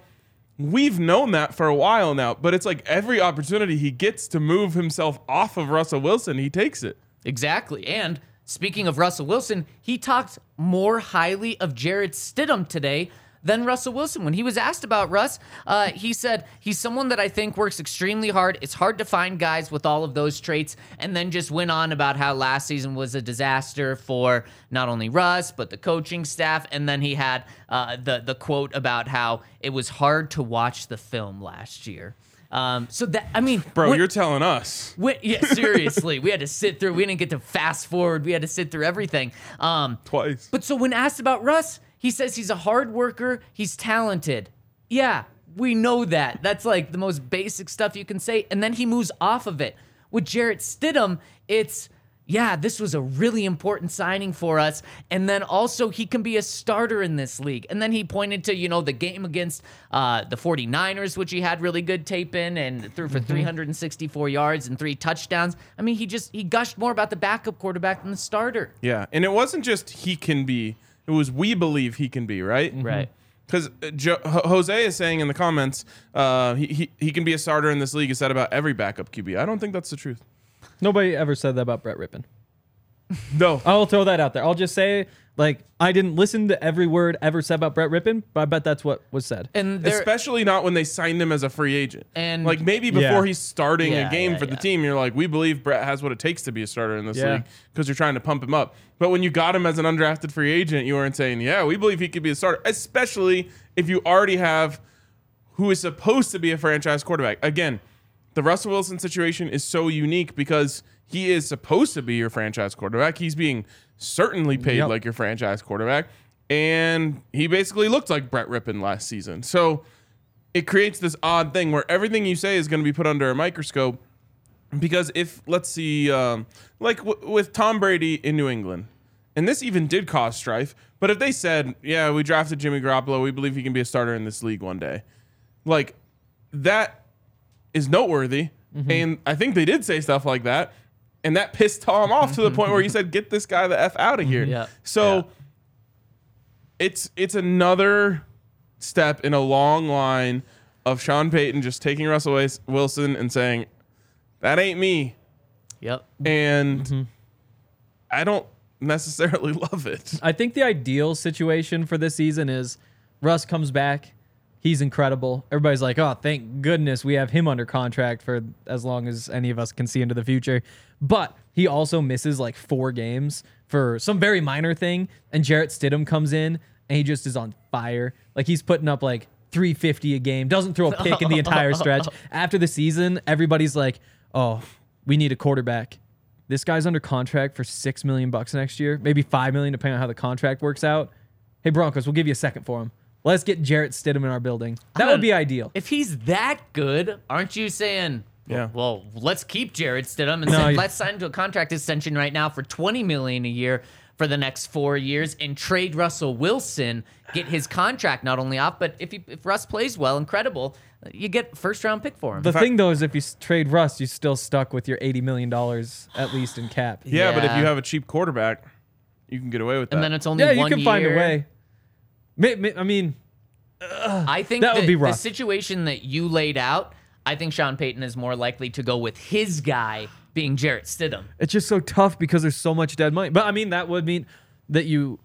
B: we've known that for a while now, but it's like every opportunity he gets to move himself off of Russell Wilson, he takes it.
C: exactly. And speaking of Russell Wilson, he talked more highly of Jared Stidham today than Russell Wilson. When he was asked about Russ, uh, he said, He's someone that I think works extremely hard. It's hard to find guys with all of those traits. And then just went on about how last season was a disaster for not only Russ, but the coaching staff. And then he had uh, the, the quote about how it was hard to watch the film last year. Um, so that, I mean,
B: Bro,
C: what-
B: you're telling us.
C: we, yeah, seriously, we had to sit through. We didn't get to fast forward. We had to sit through everything. Um,
B: Twice.
C: but so when asked about Russ, he says he's a hard worker. He's talented. Yeah, we know that. That's like the most basic stuff you can say. And then he moves off of it. With Jarrett Stidham, it's yeah, this was a really important signing for us. And then also he can be a starter in this league. And then he pointed to, you know, the game against uh, the 49ers, which he had really good tape in and threw for 364 yards and three touchdowns. I mean, he just he gushed more about the backup quarterback than the starter.
B: Yeah, and it wasn't just he can be. It was we believe he can be, right?
C: Right.
B: Because uh, jo- Ho- Jose is saying in the comments, uh, he, he he can be a starter in this league. Is that about every backup QB? I don't think that's the truth.
D: Nobody ever said that about Brett Rippon.
B: No,
D: I'll throw that out there. I'll just say, like, I didn't listen to every word ever said about Brett Rippon, but I bet that's what was said.
C: And there,
B: especially not when they signed him as a free agent.
C: And-
B: like maybe before
D: Yeah.
B: he's starting
C: Yeah,
B: a game
C: yeah,
B: for the
C: yeah.
B: team, you're like, we believe Brett has what it takes to be a starter in this
D: Yeah.
B: league because you're trying to pump him up. But when you got him as an undrafted free agent, you weren't saying, yeah, we believe he could be a starter, especially if you already have who is supposed to be a franchise quarterback. Again, the Russell Wilson situation is so unique because he is supposed to be your franchise quarterback. He's being certainly paid
D: Yep.
B: like your franchise quarterback. And he basically looked like Brett Rippon last season. So it creates this odd thing where everything you say is going to be put under a microscope. Because if, let's see, um, like w- with Tom Brady in New England, and this even did cause strife, but if they said, yeah, we drafted Jimmy Garoppolo, we believe he can be a starter in this league one day, like that is noteworthy.
C: Mm-hmm.
B: And I think they did say stuff like that. And that pissed Tom off to the point where
C: <laughs>
B: he said, get this guy the F out of here.
C: Mm-hmm. Yeah.
B: So it's it's another step in a long line of Sean Payton just taking Russell Wis- Wilson and saying, that ain't me.
C: yep.
B: And
C: Mm-hmm.
B: I don't necessarily <laughs> love it.
D: I think the ideal situation for this season is Russ comes back. He's incredible. Everybody's like, oh, thank goodness we have him under contract for as long as any of us can see into the future. But he also misses like four games for some very minor thing. And Jarrett Stidham comes in and he just is on fire. Like he's putting up like 350 a game, doesn't throw a pick in the entire stretch. After the season, everybody's like, "Oh, we need a quarterback." This guy's under contract for 6 million bucks next year, maybe 5 million depending on how the contract works out. Hey Broncos, we'll give you a second for him. Let's get Jarrett Stidham in our building. That would be ideal.
C: If he's that good, aren't you saying?
B: Yeah.
C: Well, let's keep Jared Stidham and
D: No,
C: say,
D: you-
C: let's sign to a contract extension right now for 20 million a year for the next four years and trade Russell Wilson, get his contract not only off, but if he, if Russ plays well, incredible, you get first round pick for him.
D: The thing though is, if you s- trade Russ, you're still stuck with your eighty million dollars at least in cap.
B: Yeah, but if
C: Yeah.
B: you have a cheap quarterback, you can get away with that.
C: and then it's only
D: yeah, you
C: one
D: can find a
C: year.
D: way. May- may- I mean,
C: I think
D: That
C: the,
D: would be
C: the
D: rough.
C: situation that you laid out, I think Sean Payton is more likely to go with his guy being Jarrett
D: <laughs>
C: Stidham.
D: it's just so tough because there's so much dead money. But I mean, that would mean that you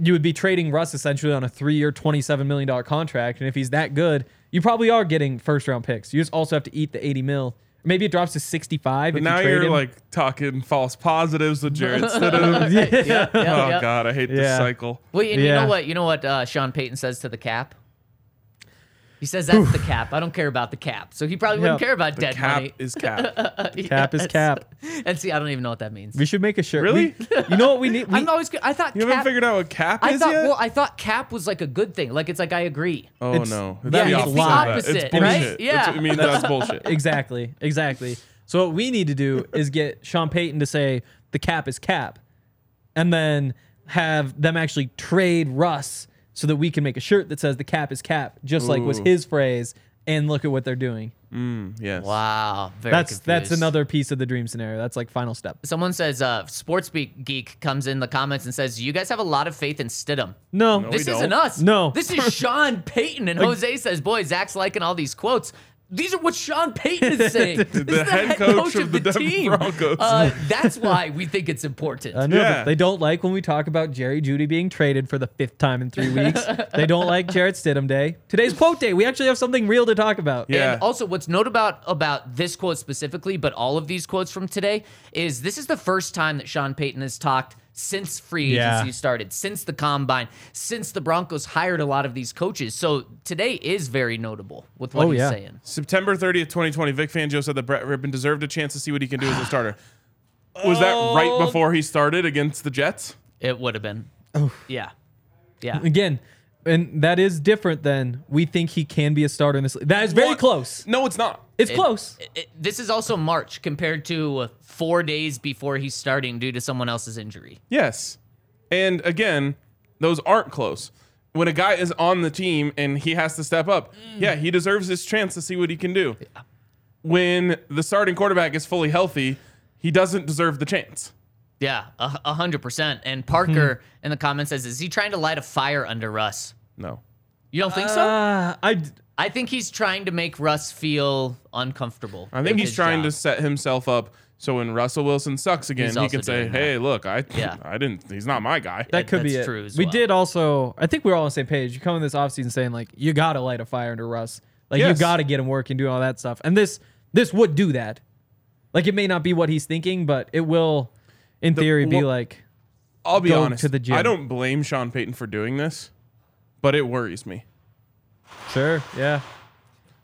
D: you would be trading Russ essentially on a three-year, twenty-seven million dollar contract, and if he's that good, you probably are getting first-round picks. You just also have to eat the eighty mil. Maybe it drops to sixty-five.
B: But
D: if
B: now
D: you trade
B: you're
D: him.
B: like talking false positives with
C: <laughs>
B: Jared Stidham.
D: <laughs>
B: <laughs> oh
C: yep.
B: God, I hate this
D: Yeah.
B: cycle.
C: Well, and you
D: Yeah.
C: know what? You know what uh, Sean Payton says to the cap. He says that's the cap. I don't care about the cap. So he probably wouldn't
D: Yep.
C: care about
B: The
C: dead
B: cap
C: money. <laughs>
B: is cap.
D: cap is
C: Yes.
D: cap.
C: And see, I don't even know what that means.
D: we should make a shirt.
B: Really?
D: We- <laughs> you know what we need? We,
C: I'm always. I thought
B: You haven't
C: cap.
B: figured out what cap
C: I
B: is
C: thought.
B: yet?
C: Well, I thought cap was like a good thing. Like it's like I agree.
B: oh
D: it's-
B: no,
D: yeah,
B: the
D: it's
B: opposite of
D: the
B: that.
C: opposite,
B: it's
C: right?
B: bullshit.
C: Yeah.
B: It's- I mean
C: <laughs>
B: that's bullshit.
D: exactly, exactly. So what we need to do is get Sean Payton to say the cap is cap, and then have them actually trade Russ so that we can make a shirt that says the cap is cap, just like was
B: Ooh.
D: his phrase. And look at what they're doing.
B: Yes.
C: Wow. Very
D: That's that's
C: confused.
D: another piece of the dream scenario. That's like final step.
C: Someone says, uh, Sportsbeat Geek comes in the comments and says, You guys have a lot of faith in Stidham.
D: No,
B: No,
C: This
B: we
C: isn't
B: don't.
C: us.
D: No.
B: <laughs>
C: This is Sean Payton. And Jose says, Boy, Zach's liking all these quotes. These are what Sean
B: <laughs>
C: Payton is saying. This is the
B: head coach of the Denver Broncos.
C: Uh, that's why we think
B: <laughs>
C: it's important. <laughs>
D: I know, but
B: Yeah.
D: they don't like when we talk about Jerry Judy being traded for the fifth time in three
B: <laughs>
D: weeks. they don't like Jarrett Stidham Day. Today's quote day. We actually have something real to talk about.
B: Yeah.
C: And also, what's note about about this quote specifically, but all of these quotes from today, is this is the first time that Sean Payton has talked since free
D: Yeah.
C: agency started, since the combine, since the Broncos hired a lot of these coaches. So today is very notable with what
D: Oh,
C: he's
D: yeah.
C: saying.
B: September 30th, 2020, Vic Fangio said that Brett Rippon deserved a chance to see what he can do as
C: <sighs>
B: a starter. Was that
C: Oh.
B: right before he started against the Jets?
C: It would have been. Yeah. Yeah.
D: Again, and that is different than we think he can be a starter in this. league. That is very
B: What?
D: close.
B: No, it's not.
D: It's close.
C: It- it- this is also March compared to uh, four days before he's starting due to someone else's injury.
B: Yes. And again, those aren't close. When a guy is on the team and he has to step up,
D: Mm.
B: yeah, he deserves his chance to see what he can do. When the starting quarterback is fully healthy, he doesn't deserve the chance.
C: Yeah, a a hundred percent. And Parker
D: Hmm.
C: in the comments says, "Is he trying to light a fire under Russ?"
B: No.
C: You don't think so?
D: Uh, I d-
C: I think he's trying to make Russ feel uncomfortable.
B: I think he's trying to set himself up so when Russell Wilson sucks again,
C: He's
B: he
C: also
B: can say,
C: doing that.
B: "Hey, look, I
C: Yeah.
B: <laughs> I didn't he's not my guy."
D: that could be
C: that's
D: it.
C: true as
D: we
C: well.
D: did also. I think we are all on the same page. You come in this offseason saying like you gotta light a fire under Russ. Like
B: Yes.
D: you gotta get him working, do all that stuff. And this this would do that. Like it may not be what he's thinking, but it will, in theory, be
B: well-
D: like
B: I'll be
D: go
B: honest.
D: to the gym.
B: I don't blame Sean Payton for doing this, but it worries me.
D: sure, yeah.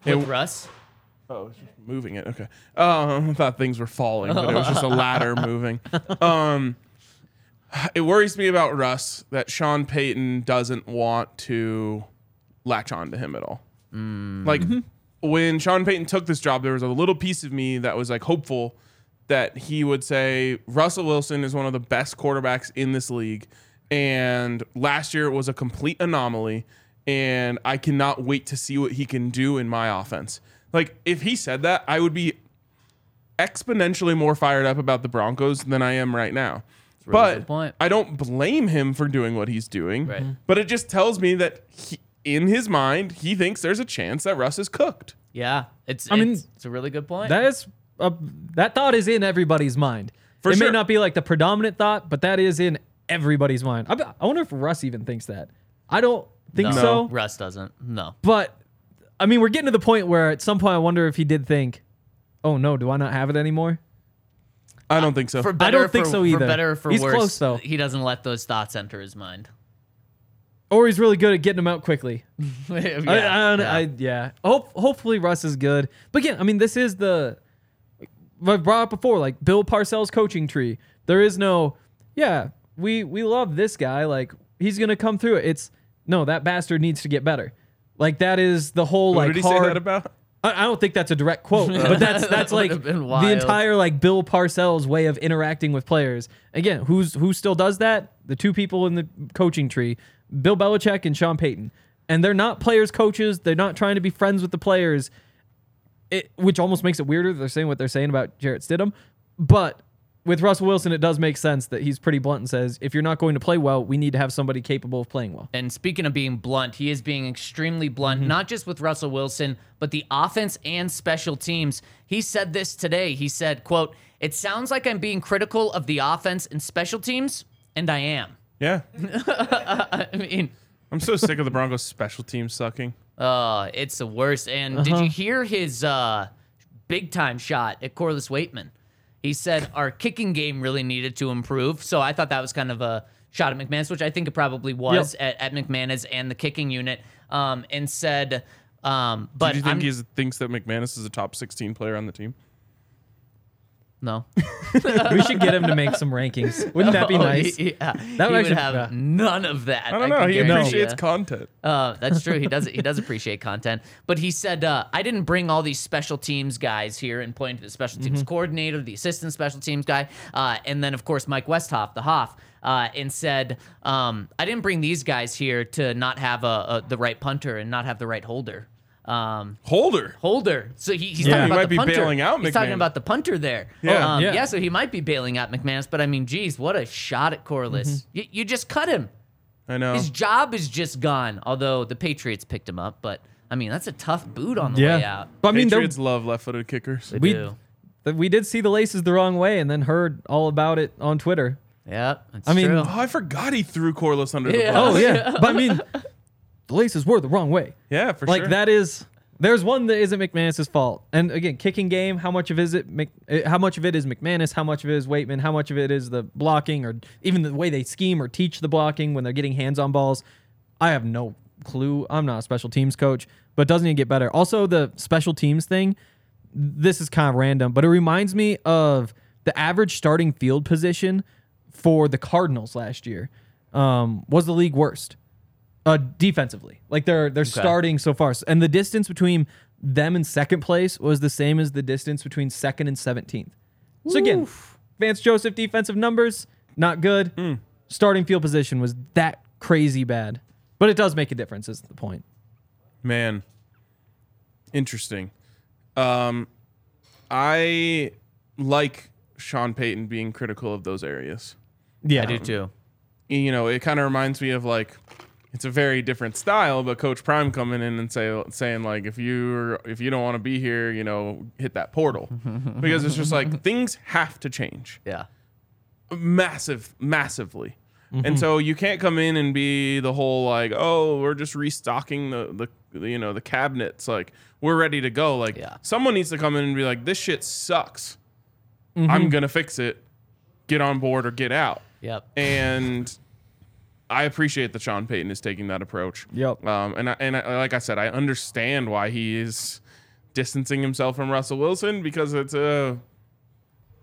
C: to
B: it-
C: with Russ.
B: Oh, it's just moving it. Okay. Um, I thought things were falling, but it was just a ladder moving. Um, it worries me about Russ that Sean Payton doesn't want to latch on to him at all. Like when Sean Payton took this job, there was a little piece of me that was like hopeful that he would say Russell Wilson is one of the best quarterbacks in this league, and last year it was a complete anomaly, and I cannot wait to see what he can do in my offense. Like if he said that, I would be exponentially more fired up about the Broncos than I am right now.
C: good point.
B: but I don't blame him for doing what he's doing.
C: Right. Mhm.
B: But it just tells me that he, in his mind, he thinks there's a chance that Russ is cooked.
C: Yeah, it's.
D: I mean,
C: it's, it's a really good point.
D: That is a, that thought is in everybody's mind.
B: For
D: it
B: sure.
D: may not be like the predominant thought, but that is in everybody's mind. I, be- I wonder if Russ even thinks that. I don't think
C: no,
D: so.
C: Russ doesn't. No.
D: But I mean, we're getting to the point where at some point I wonder if he did think, "Oh no, do I not have it anymore?"
B: I don't think so.
C: For better, or
D: think
C: for,
D: so
C: For
D: either.
C: better or for
D: He's
C: worse,
D: close,
C: <laughs>
D: though.
C: He doesn't let those thoughts enter his mind.
D: or he's really good at getting them out quickly.
C: yeah,
B: <laughs>
D: I, I, don't-
C: yeah.
D: I, yeah. Hope, hopefully Russ is good. But again, I mean, this is the I brought up before, like Bill Parcells' coaching tree. There is no, yeah, we we love this guy. Like he's gonna come through it. It's no, that bastard needs to get better. Like that is the whole
B: Who
D: like
B: did he
D: hard.
B: say that about?
D: I, I don't think that's a direct quote,
C: <laughs>
D: but that's that's like
C: would've been
D: the
C: wild.
D: entire like Bill Parcells way of interacting with players. Again, who's who still does that? The two people in the coaching tree, Bill Belichick and Sean Payton, and they're not players coaches. They're not trying to be friends with the players. It, which almost makes it weirder. that They're saying what they're saying about Jarrett Stidham, but with Russell Wilson, it does make sense that he's pretty blunt and says, if you're not going to play well, we need to have somebody capable of
C: <laughs>
D: playing well.
C: And speaking of being blunt, he is being extremely blunt, not just with Russell Wilson, but the offense and special teams. He said this today. He said, quote, It sounds like I'm being critical of the offense and special teams, and I am. <laughs>
B: <laughs> Yeah.
C: I mean,
B: I'm so sick of the Broncos special team sucking.
C: uh, it's the worst. And did
D: Uh-huh.
C: you hear his uh, big time shot at Corliss Waitman? He said our kicking game really needed to improve. So I thought that was kind of a shot at McManus, which I think it probably was at, at McManus and the kicking unit. Um, and said, um, but
B: Do you
C: I'm,
B: think he thinks that McManus is a top 16 player on the team?
D: <laughs>
C: no.
D: we should get him to make some rankings. Wouldn't that
C: <laughs>
D: be
C: Oh,
D: nice?
C: he- yeah.
D: That
C: he
D: would
C: would
D: actually-
C: have
D: yeah.
C: none of that.
B: I don't
C: can
B: know. He
C: guarantee
B: appreciates
C: ya.
B: content.
C: Uh, that's true. He does. He does appreciate content, but he said, uh, "I didn't bring all these special teams guys here and point to the special teams
B: Mm-hmm.
C: coordinator, the assistant special teams guy, uh, and then of course Mike Westhoff, the Hoff." Uh, and said, um, "I didn't bring these guys here to not have a, a the right punter and not have the right holder." Um,
B: Holder.
C: holder. So he, he's talking
D: Yeah. He
C: about
B: might
C: the
B: be
C: punter.
B: bailing out
C: he's talking
B: McManus.
C: about the punter there.
B: Yeah.
C: um,
D: Yeah.
C: yeah. So he might be bailing out McManus, but I mean, geez, what a shot at Corliss.
B: Mm-hmm.
C: You, you just cut him.
B: I know.
C: His job is just gone. Although the Patriots picked him up, but I mean, that's a tough boot on the way out.
D: But I mean, they're-
B: Patriots love left-footed kickers.
C: They
D: we-
C: do.
D: that we did see the laces the wrong way and then heard all about it on Twitter.
C: Yep. That's
D: I mean,
C: true.
B: Oh, I forgot he threw Corliss under the
C: Yeah.
B: bus.
D: <laughs>
C: Oh,
D: yeah, but I mean, the laces were the wrong way.
B: Yeah, for
D: like
B: sure.
D: that is there's one that isn't McManus's fault. And again, kicking game, how much of is it Mc, eh, how much of it is McManus, how much of it is Waitman, how much of it is the blocking or even the way they scheme or teach the blocking when they're getting hands on balls. I have no clue. I'm not a special teams coach, but it doesn't even get better. Also the special teams thing, this is kind of random, but it reminds me of the average starting field position for the Cardinals last year. Um, was the league worst? uh, defensively. Like they're they're starting so far, and the distance between them and second place was the same as the distance between second and seventeenth. So again, Vance Joseph defensive numbers not good. Starting field position was that crazy bad, but it does make a difference. Is the point?
B: Man, interesting. Um, I like Sean Payton being critical of those areas.
D: Yeah,
C: I do too.
B: You know, it kind of reminds me of like it's a very different style, but Coach Prime coming in and say saying like if you're if you don't want to be here, you know, hit that portal because it's just like things have to change
C: Yeah.
B: massive, massively. And so you can't come in and be the whole like, oh, we're just restocking the, the the, you know the cabinets. Like we're ready to go. Like
C: Yeah.
B: someone needs to come in and be like, this shit sucks. I'm gonna fix it. Get on board or get out.
C: Yep.
B: And I appreciate that Sean Payton is taking that approach.
D: Yep.
B: Um, and I, and I, like I said, I understand why he is distancing himself from Russell Wilson because it's a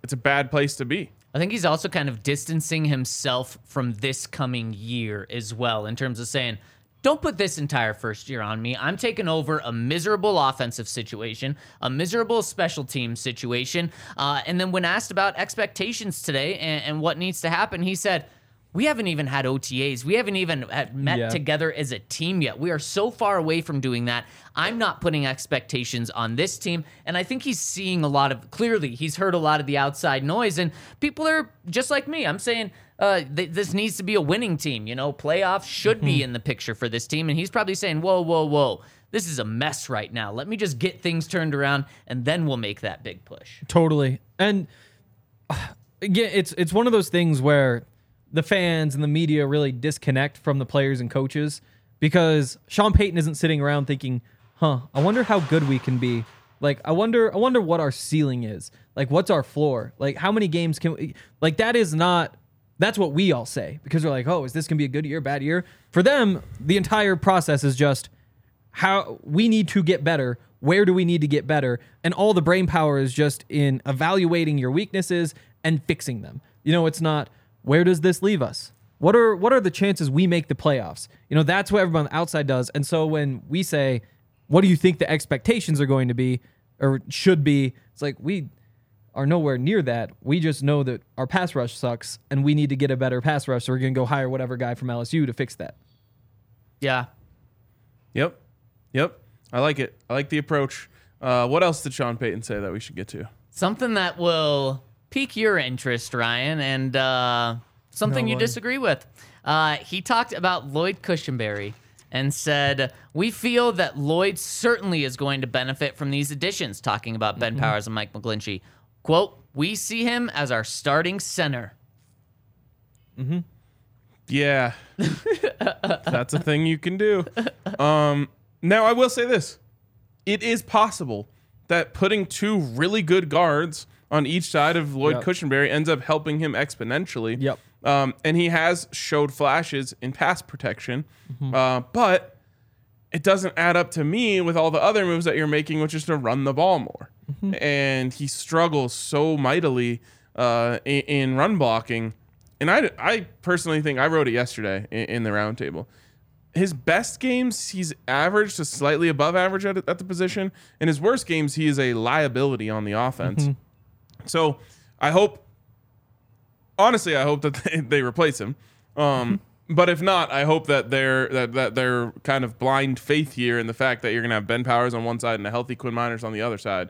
B: it's a bad place to be.
C: I think he's also kind of distancing himself from this coming year as well, in terms of saying, don't put this entire first year on me. I'm taking over a miserable offensive situation, a miserable special team situation. Uh, and then, when asked about expectations today and, and what needs to happen, he said, we haven't even had OTAs. We haven't even had met
D: Yeah.
C: together as a team yet. We are so far away from doing that. I'm not putting expectations on this team. And I think he's seeing a lot of, clearly, he's heard a lot of the outside noise. And people are just like me. I'm saying uh, th- this needs to be a winning team. You know, playoffs should be in the picture for this team. And he's probably saying, whoa, whoa, whoa. This is a mess right now. Let me just get things turned around and then we'll make that big push.
D: Totally. And uh, again, it's it's one of those things where the fans and the media really disconnect from the players and coaches because Sean Payton isn't sitting around thinking, "Huh, I wonder how good we can be." Like, I wonder I wonder what our ceiling is. Like, what's our floor? Like, how many games can we like that is not That's what we all say because we're like, oh, is this going to be a good year, bad year? For them, the entire process is just how we need to get better. Where do we need to get better? And all the brain power is just in evaluating your weaknesses and fixing them. You know, it's not where does this leave us? What are what are the chances we make the playoffs? You know, that's what everyone on the outside does. And so when we say, what do you think the expectations are going to be or should be? It's like we are nowhere near that. We just know that our pass rush sucks and we need to get a better pass rush. So we're going to go hire whatever guy from LSU to fix that.
C: Yeah.
B: Yep. Yep. I like it. I like the approach. Uh, what else did Sean Payton say that we should get to?
C: Something that will pique your interest, Ryan, and uh, something
D: No
C: you
D: way.
C: disagree with. Uh, he talked about Lloyd Cushenberry and said, We feel that Lloyd certainly is going to benefit from these additions, talking about
D: Mm-hmm.
C: Ben Powers and Mike McGlinchey. Quote, We see him as our starting center.
B: Yeah. That's a thing you can do. Um, now, I will say this it is possible that putting two really good guards on each side of Lloyd
D: Yep.
B: Cushenberry ends up helping him exponentially.
D: Yep.
B: Um, and he has showed flashes in pass protection,
D: Mm-hmm.
B: uh, but it doesn't add up to me with all the other moves that you're making, which is to run the ball more.
D: Mm-hmm.
B: And he struggles so mightily uh, in, in run blocking. And I, I personally think I wrote it yesterday in, in the roundtable his best games he's average to slightly above average at, at the position and his worst games he is a liability on the offense so i hope honestly i hope that <laughs> they, they replace him um, but if not i hope that they're that, that they're kind of blind faith here in the fact that you're going to have ben powers on one side and a healthy quinn miners on the other side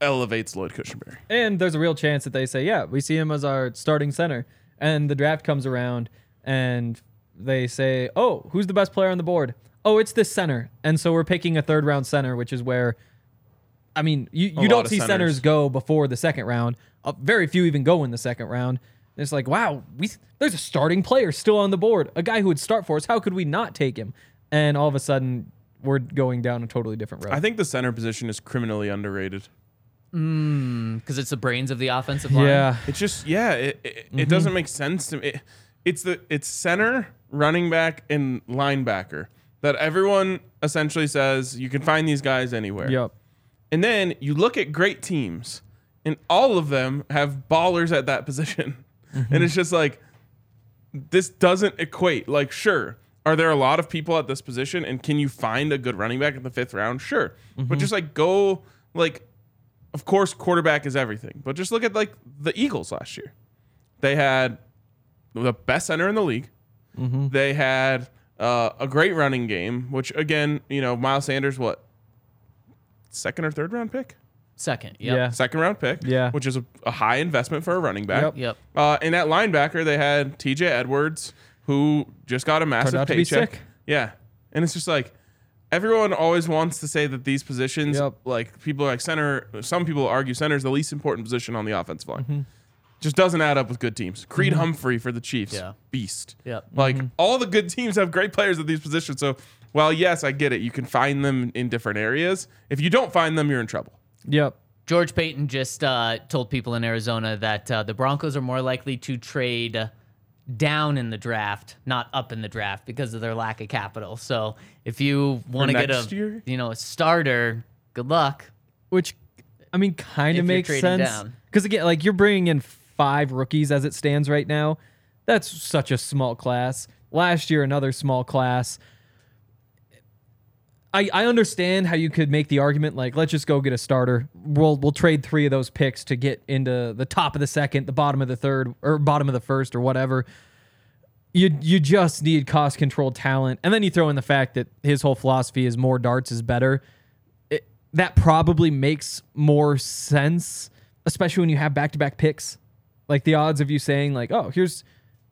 B: elevates lloyd cushenberry
D: And there's a real chance that they say, yeah, we see him as our starting center. And the draft comes around and they say, oh, who's the best player on the board? Oh, it's this center. And so we're picking a third round center, which is where, I mean, you, you
B: lot
D: don't
B: of
D: see
B: centers.
D: centers go before the second round. Uh, very few even go in the second round. And it's like, wow, we there's a starting player still on the board, a guy who would start for us. How could we not take him? And all of a sudden, we're going down a totally different road.
B: i think the center position is criminally underrated
C: Because it's the brains of the offensive line.
D: yeah. Mm-hmm.
B: It's just yeah, it it, it doesn't make sense to me. It- it's the it's center, running back, and linebacker that everyone essentially says you can find these guys anywhere.
D: Yep.
B: And then you look at great teams, and all of them have ballers at that <laughs> position, and it's just like this doesn't equate. Like, sure, are there a lot of people at this position, and can you find a good running back in the fifth round? Sure, but just like go like of course, quarterback is everything. But just look at like the Eagles last year. They had the best center in the league. They had uh, a great running game, which again, you know, Miles Sanders, what second or third round pick?
C: Second.
D: Yeah.
C: Yep.
B: Second round pick,
D: Yeah.
B: which is a, a high investment for a running back.
D: Yep.
C: Yep.
B: Uh, and at linebacker, they had T.J. Edwards, who just got a massive
D: out to be
B: paycheck.
D: sick.
B: Yeah, and it's just like everyone always wants to say that these positions,
D: Yep.
B: like people like center, some people argue center is the least important position on the offensive line.
D: Mm-hmm.
B: Just doesn't add up with good teams. Creed Humphrey for the Chiefs,
C: Yeah.
B: beast.
C: Yep.
B: Like
D: Mm-hmm.
B: all the good teams have great players at these positions. So while yes, I get it, you can find them in different areas. If you don't find them, you're in trouble.
D: Yep.
C: George Payton just uh, told people in Arizona that uh, the Broncos are more likely to trade down in the draft, not up in the draft, because of their lack of capital. So if you want to get a
B: next year?
C: you know a starter, good luck.
D: which I mean, kind
C: If
D: of
C: you're
D: makes
C: trading
D: sense.
C: down.
D: Because again, like you're bringing in five rookies as it stands right now. That's such a small class. Last year, another small class. I, I understand how you could make the argument like let's just go get a starter. We'll we'll trade three of those picks to get into the top of the second, the bottom of the third, or bottom of the first, or whatever. You you just need cost controlled talent, and then you throw in the fact that his whole philosophy is more darts is better it, that probably makes more sense, especially when you have back to back picks. Like the odds of you saying like, oh, here's,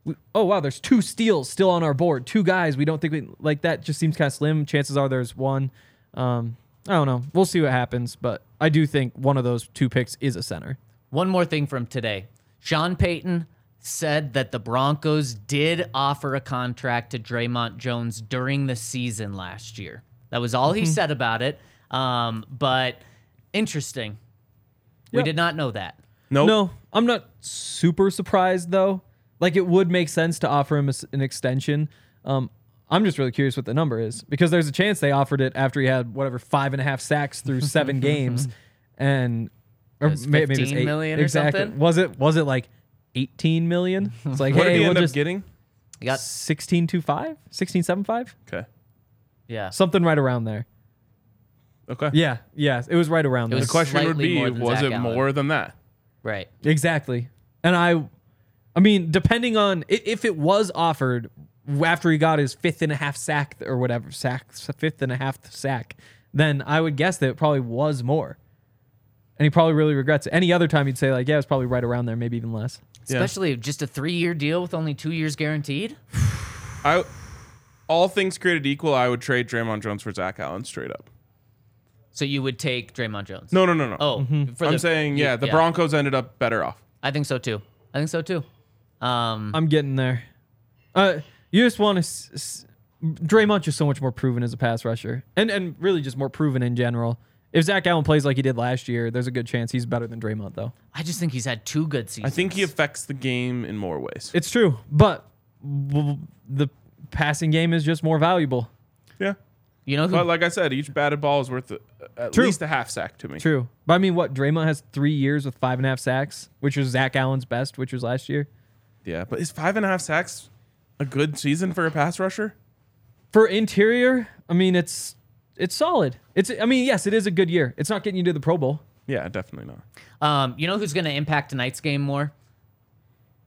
D: we- oh wow, there's two steals still on our board, two guys we don't think we like that just seems kind of slim. Chances are there's one. Um, I don't know. We'll see what happens, but I do think one of those two picks is a center.
C: One more thing from today. Sean Payton said that the Broncos did offer a contract to Draymond Jones during the season last year. That was all
B: Mm-hmm.
C: he said about it. Um, but interesting. We
D: Yep.
C: did not know that.
B: Nope.
D: No, I'm not super surprised though. Like it would make sense to offer him a s- an extension. Um, I'm just really curious what the number is because there's a chance they offered it after he had whatever five and a half sacks
B: <laughs>
D: through seven games, and or
C: was
D: may- maybe it's
C: 15
D: eight
C: million or
D: exactly.
C: something?
D: Was it was it like 18
C: <laughs>
D: million? It's like
B: What
D: hey,
B: did he
D: we'll
B: end up
D: just
B: getting?
C: You got
D: 1625, 1675,
B: Okay.
C: yeah.
D: something right around there.
B: Okay.
D: Yeah, yeah, it was right around
C: It
D: there.
B: The
C: was-
B: question would
C: Slightly
B: be,
C: more than
B: was
C: Zach
B: it
C: Allen.
B: more than that?
C: Right.
D: Exactly. And I, I mean, depending on i- if it was offered after he got his fifth and a half sack or whatever sack, fifth and a half sack, then I would guess that it probably was more. And he probably really regrets it. Any other time he'd say like, yeah, it was probably right around there, maybe even less.
B: Yeah.
C: Especially just a three-year deal with only two years guaranteed.
B: I, all things created equal, I would trade Draymond Jones for Zach Allen straight up.
C: So you would take Draymond Jones.
B: No, no, no, no.
C: Oh, for
B: I'm
C: the-
B: saying, yeah, the Broncos ended up better off.
C: I think so too. I think so too. Um,
D: I'm getting there. Uh, you just want to. S- s- Draymond's just so much more proven as a pass rusher, and and really just more proven in general. If Zach Allen plays like he did last year, there's a good chance he's better than Draymond, though.
C: I just think he's had two good
B: I
C: seasons.
B: think he affects the game in more ways.
D: It's true, but w- the passing game is just more valuable.
C: Hmm.
B: yeah.
C: you know who
B: But like I said, each batted ball is worth a, at
D: True.
B: least a half sack to me.
D: True, but I mean, what Draymond has three years with five and a half sacks, which was Zach Allen's best, which was last year.
B: Yeah, but is five and a half sacks a good season for a pass rusher?
D: For interior, I mean, it's it's solid. It's I mean, yes, it is a good year. It's not getting you to the Pro Bowl.
B: Yeah, definitely not.
C: Um, you know who's going to impact tonight's game more?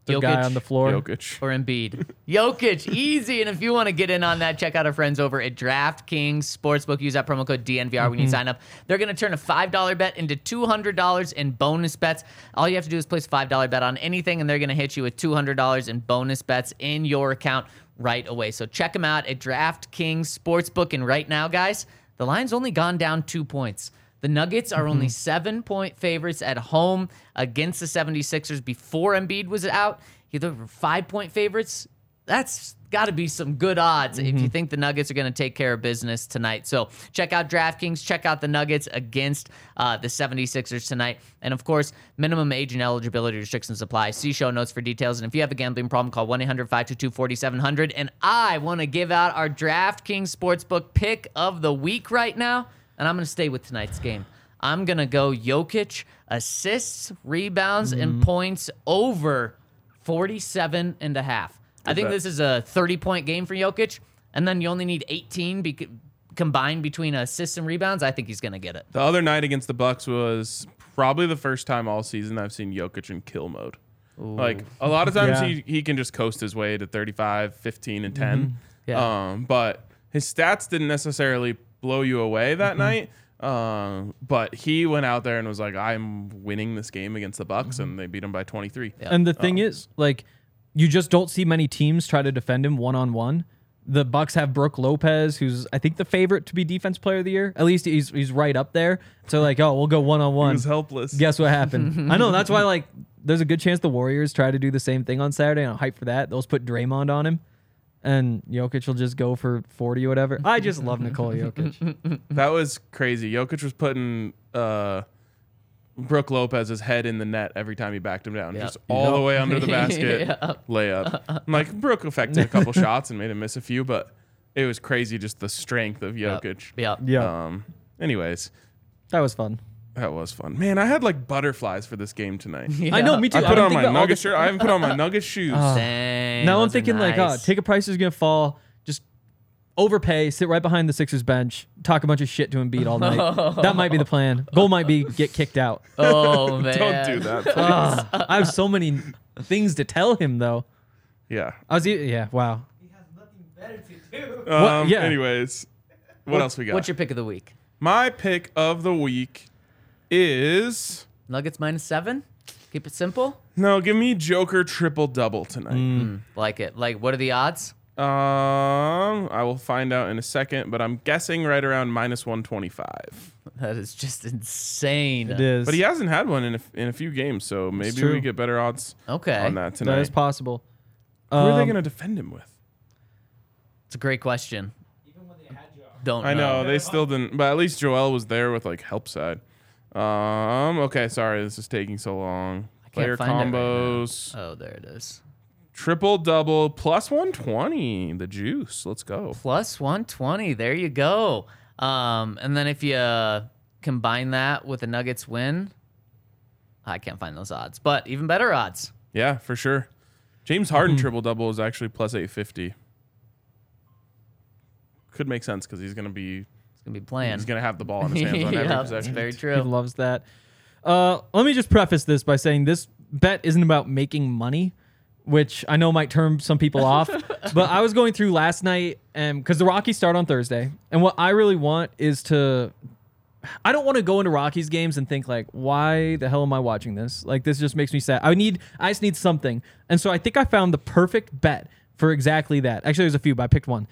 D: The guy on the floor.
B: Jokic.
C: or Embiid. Jokic, easy. And if you want to get in on that, check out our friends over at DraftKings Sportsbook. Use that promo code DNVR when you sign up. They're going to turn a $5 bet into $200 in bonus bets. All you have to do is place a $5 bet on anything, and they're going to hit you with $200 in bonus bets in your account right away. So check them out at DraftKings Sportsbook. And right now, guys, the line's only gone down two points. The Nuggets are only seven point favorites at home against the 76ers before Embiid was out. He- They were five point favorites. That's got to be some good odds if you think the Nuggets are going to take care of business tonight. So check out DraftKings, check out the Nuggets against uh, the 76ers tonight. And of course, minimum age and eligibility restrictions apply. See show notes for details. And if you have a gambling problem, call 1 800 522 4700. And I want to give out our DraftKings Sportsbook pick of the week right now and I'm going to stay with tonight's game. I'm going to go Jokic assists, rebounds, and points over 47 and a half. I think
B: bet.
C: this is a 30 point game for Jokic, and then you only need 18 bec combined between assists and rebounds. I think he's going to get it.
B: The other night against the Bucks was probably the first time all season I've seen Jokic in kill mode. Like a lot of times
D: Yeah.
B: he, he can just coast his way to 35, 15 and 10.
C: Yeah.
B: Um but his stats didn't necessarily blow you away that night. Um but he went out there and was like I'm winning this game against the Bucks and they beat him by 23.
D: And the thing is, like, you just don't see many teams try to defend him one on one. The Bucks have Brooke Lopez, who's I think the favorite to be defense player of the year. At least he's he's right up there. So like, oh, we'll go one on
B: He
D: one.
B: was helpless.
D: Guess what happened? I know that's why like there's a good chance the Warriors try to do the same thing on Saturday, and I'm hyped for that. They'll just put Draymond on him, and Jokic will just go for 40 or whatever. I just love Nikola Jokic.
B: That was crazy. Jokic was putting uh, Brooke Lopez's head in the net every time he backed him down, just all the way under the basket, layup. I'm like Brooke affected a couple <laughs> shots and made him miss a few, but it was crazy just the strength of Jokic.
C: Yeah.
D: Yeah,
B: Um. Anyways,
D: that was fun.
B: that was fun. Man, I had like butterflies for this game tonight.
D: I know, me too.
B: I
D: I've
B: put
D: been
B: on
D: thinking
B: my
D: about all
B: Nuggets
D: this-
B: shirt. I haven't put on my Nuggets shoes.
C: Oh, Dang,
D: Now I'm
C: those are
D: thinking like, oh,
C: nice.
D: ticket price is gonna fall. Just overpay, sit right behind the Sixers bench, talk a bunch of shit to Embiid all night. that might be the plan. Goal might be get kicked out.
C: Oh,
D: <laughs>
C: man.
B: <laughs> Don't do that. please.
D: Ugh. I have so many things to tell him though.
B: yeah.
D: I was e- yeah, wow.
E: He has nothing better to do.
B: Um,
D: yeah.
B: Anyways, what, else we got?
C: What's your pick of the week?
B: my pick of the week is.
C: Nuggets minus seven? Keep it simple.
B: No, give me Joker triple double tonight.
C: Like it. Like, what are the odds?
D: Mm.
B: Um, I will find out in a second, but I'm guessing right around minus 125.
C: That is just insane.
D: It is.
B: But he hasn't had one in a, in a few games, so maybe we
D: true.
B: get better odds
C: Okay.
B: on that tonight.
D: that is possible.
B: Who are they
D: Um,
B: going to defend him with?
C: It's a great question.
E: Even when they had you out.
C: Don't
B: I know they still didn't, but at least Joel was there with like help side. Um, okay, sorry this is taking so long.
C: I can't
B: Player
C: find it right now.
B: combos,
C: Oh, there it is.
B: Triple double plus 120. The juice. Let's go.
C: plus 120. There you go. Um, and then if you uh, combine that with the Nuggets win, I can't find those odds, but even better odds.
B: Yeah, for sure. James
C: Mm-hmm.
B: Harden triple double is actually plus 850. Could make sense because he's gonna be
C: It's gonna be playing.
B: he's gonna have the
C: <laughs>
B: ball in his hands on every
C: Yeah, that's
B: possession.
C: very
D: He
C: true.
D: loves that. Uh, let me just preface this by saying this bet isn't about making money, which I know might turn some
B: <laughs>
D: people off. but I was going through last night, and because the Rockies start on Thursday, and what I really want is to. I don't want to go into Rockies games and think like, why the hell am I watching this? Like this just makes me sad. I need, I just need something, and so I think I found the perfect bet for exactly that. Actually, there's a few, but I picked one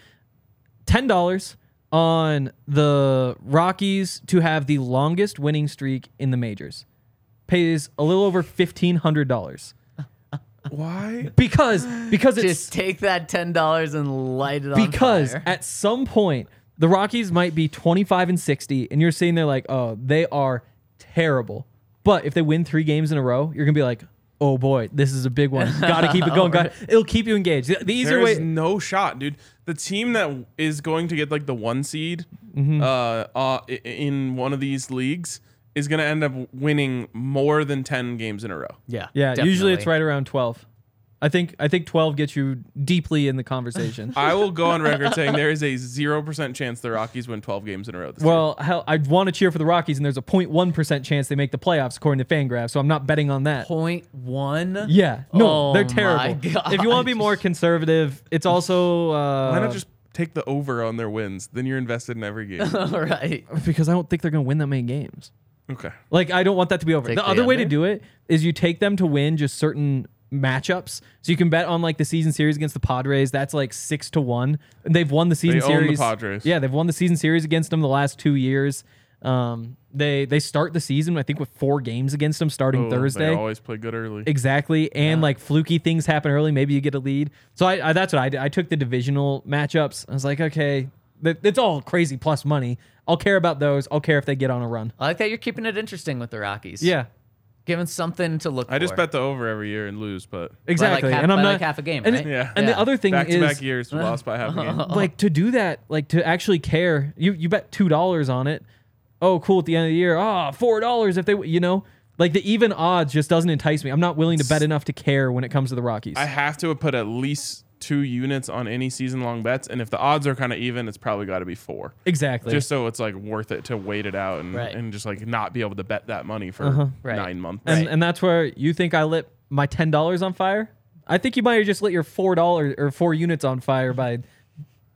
D: ten dollars on the Rockies to have the longest winning streak in the majors. Pays a little over fifteen hundred dollars
C: <laughs>
B: Why?
D: because because it's
C: Just take that ten dollars and light it on
D: because
C: fire.
D: at some point the Rockies might be twenty five and sixty, and you're sitting there like, oh, they are terrible. But if they win three games in a row, you're gonna be like. Oh boy, this is a
C: <laughs>
D: big one. Got to keep it going. Got it'll keep you engaged. The, the easier
B: There
D: way,
B: is no shot, dude. The team that is going to get like the one seed
C: Mm-hmm.
B: uh, uh, i- in one of these leagues is going to end up winning more than 10 games in a row.
C: yeah,
D: yeah. Usually it's
C: definitely.
D: right around twelve. I think I think twelve gets you deeply in
C: <laughs>
D: the conversation. <laughs>
B: I will go on record saying there is a 0% chance the Rockies win 12 games in a row this year.
D: Well, hell, I'd want to cheer for the Rockies, and there's a 0.1% chance they make the playoffs, according to Fangraph, so I'm not betting on that.
C: Point one.
D: Yeah, no,
C: Oh
D: they're
C: my
D: terrible.
B: <laughs>
C: gosh.
D: If you want to be more conservative, it's also uh,
B: Why not just take the over on their wins? Then you're invested in every
C: <laughs>
B: game.
C: All <laughs> right.
D: because I don't think they're going to win that many games.
B: okay.
D: Like, I don't want that to be over.
C: Take
D: the
C: the
D: other way to
C: under?
D: do it is you take them to win just certain matchups. So you can bet on like the season series against the Padres. That's like six to one. And They've won the season
B: They own the
D: series.
B: Padres.
D: Yeah, they've won the season series against them the last two years. Um, they they start the season I think with four games against them starting
B: Oh,
D: Thursday.
B: They always play good early.
D: Exactly, and like fluky things happen early. Maybe you get a lead. So I, I that's what I did. I took the divisional matchups. I was like, okay, that, it's all crazy plus money. I'll care about those. I'll care if they get on a run.
C: I like that you're keeping it interesting with the Rockies.
D: Yeah,
C: Giving something to look
B: I just
C: for.
B: bet the over every year and lose, but
D: exactly.
C: half-
D: and I'm
C: by,
D: not
C: like, half a game,
D: And,
B: <laughs>
C: right?
B: Yeah.
D: and the
C: Yeah.
D: other thing
B: back
D: is
B: to back years, we lost by half a game.
D: <laughs> like to do that, like to actually care. You you bet two dollars on it. Oh, cool. At the end of the year, ah, four dollars if they, w- you know, like the even odds just doesn't entice me. I'm not willing to bet enough to care when it comes to the Rockies.
B: I have to put at least two units on any season long bets. And if the odds are kind of even, it's probably got to be four.
D: exactly.
B: Just so it's like worth it to wait it out and,
C: Right.
B: and just like not be able to bet that money for
C: Right.
B: nine months.
D: Uh-huh. and and that's where you think I lit my ten dollars on fire. I think you might have just lit your four dollars or four units on fire by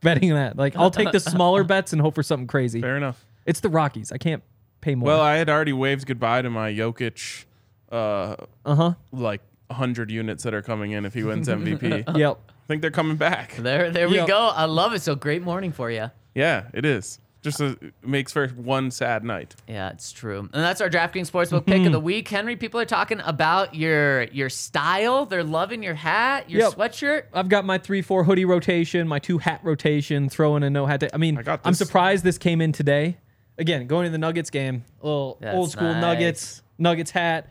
D: betting that. Like I'll take the
C: <laughs>
D: smaller bets and hope for something crazy.
B: Fair enough.
D: It's the Rockies. I can't pay more.
B: Well, I had already waved goodbye to my Jokic, uh,
D: uh-huh.
B: like hundred units that are coming in if he
D: <laughs>
B: wins MVP. I
D: Yep.
B: think they're coming back.
C: There, there
D: Yeah.
C: we go. I love it. So great morning for you.
B: Yeah, it is. Just a, it makes for one sad night.
C: Yeah, it's true. And that's our DraftKings Sportsbook pick of
D: Mm-hmm.
C: the week. Henry, people are talking about your your style. They're loving your hat, your
D: Yep.
C: sweatshirt.
D: I've got my three four hoodie rotation, my two hat rotation, throw in a no hat. ta- I mean, I
B: got
D: am
B: this.
D: surprised this came in today. Again, going to the Nuggets game, little
C: That's
D: old school
C: nice.
D: Nuggets, Nuggets hat.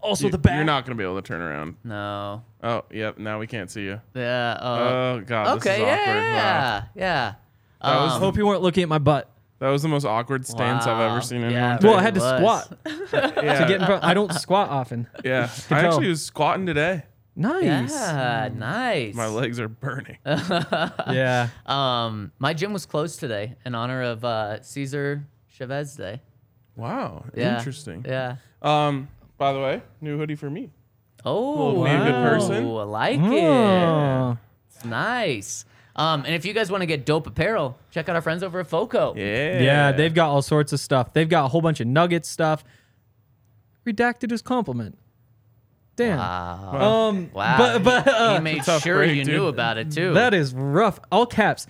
D: Also
B: You-
D: the back.
B: You're not gonna be able to turn around.
C: No.
B: Oh, yep. Now we can't see you.
C: Yeah. Uh,
B: Oh God.
C: okay.
B: This is
C: Yeah.
B: awkward. Wow.
C: Yeah. Yeah.
B: That was
D: I hope you weren't looking at my butt.
B: that was the most awkward stance I've
C: Wow.
B: ever seen in
C: Yeah,
B: one.
C: it
D: Well,
B: day.
D: I had to
C: was.
D: squat
B: yeah.
D: to get in front.
C: <laughs>
D: I don't squat often.
B: <laughs> yeah.
D: to
B: I
D: tell.
B: actually was squatting today.
D: Nice.
C: Yeah. Nice.
B: My legs are burning.
D: Yeah.
C: um, my gym was closed today in honor of uh, Cesar Chavez Day.
B: Wow.
C: Yeah.
B: Interesting.
C: Yeah.
B: Um. By the way, new hoodie for me.
C: Oh,
B: Little naked
C: wow.
B: person.
C: I like
D: Hmm.
C: it.
D: Oh.
C: It's nice. Um, and if you guys want to get dope apparel, check out our friends over at Foco.
B: Yeah.
D: Yeah, they've got all sorts of stuff. They've got a whole bunch of nugget stuff. Redacted his compliment. Damn.
C: Wow.
D: Um,
C: Wow.
D: But, but
C: he,
D: uh,
C: made
B: tough
C: sure
B: break,
C: you
B: dude.
C: knew about it too.
D: that is rough. All caps.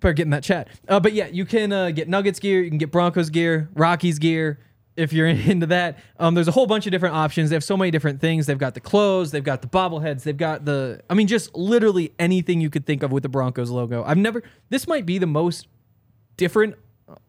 D: Better get in that chat. Uh, but yeah, you can uh, get Nuggets gear. You can get Broncos gear, Rockies gear. If you're <laughs> into that, um, there's a whole bunch of different options. They have so many different things. They've got the clothes, they've got the bobbleheads, they've got the, I mean, just literally anything you could think of with the Broncos logo. I've never, this might be the most different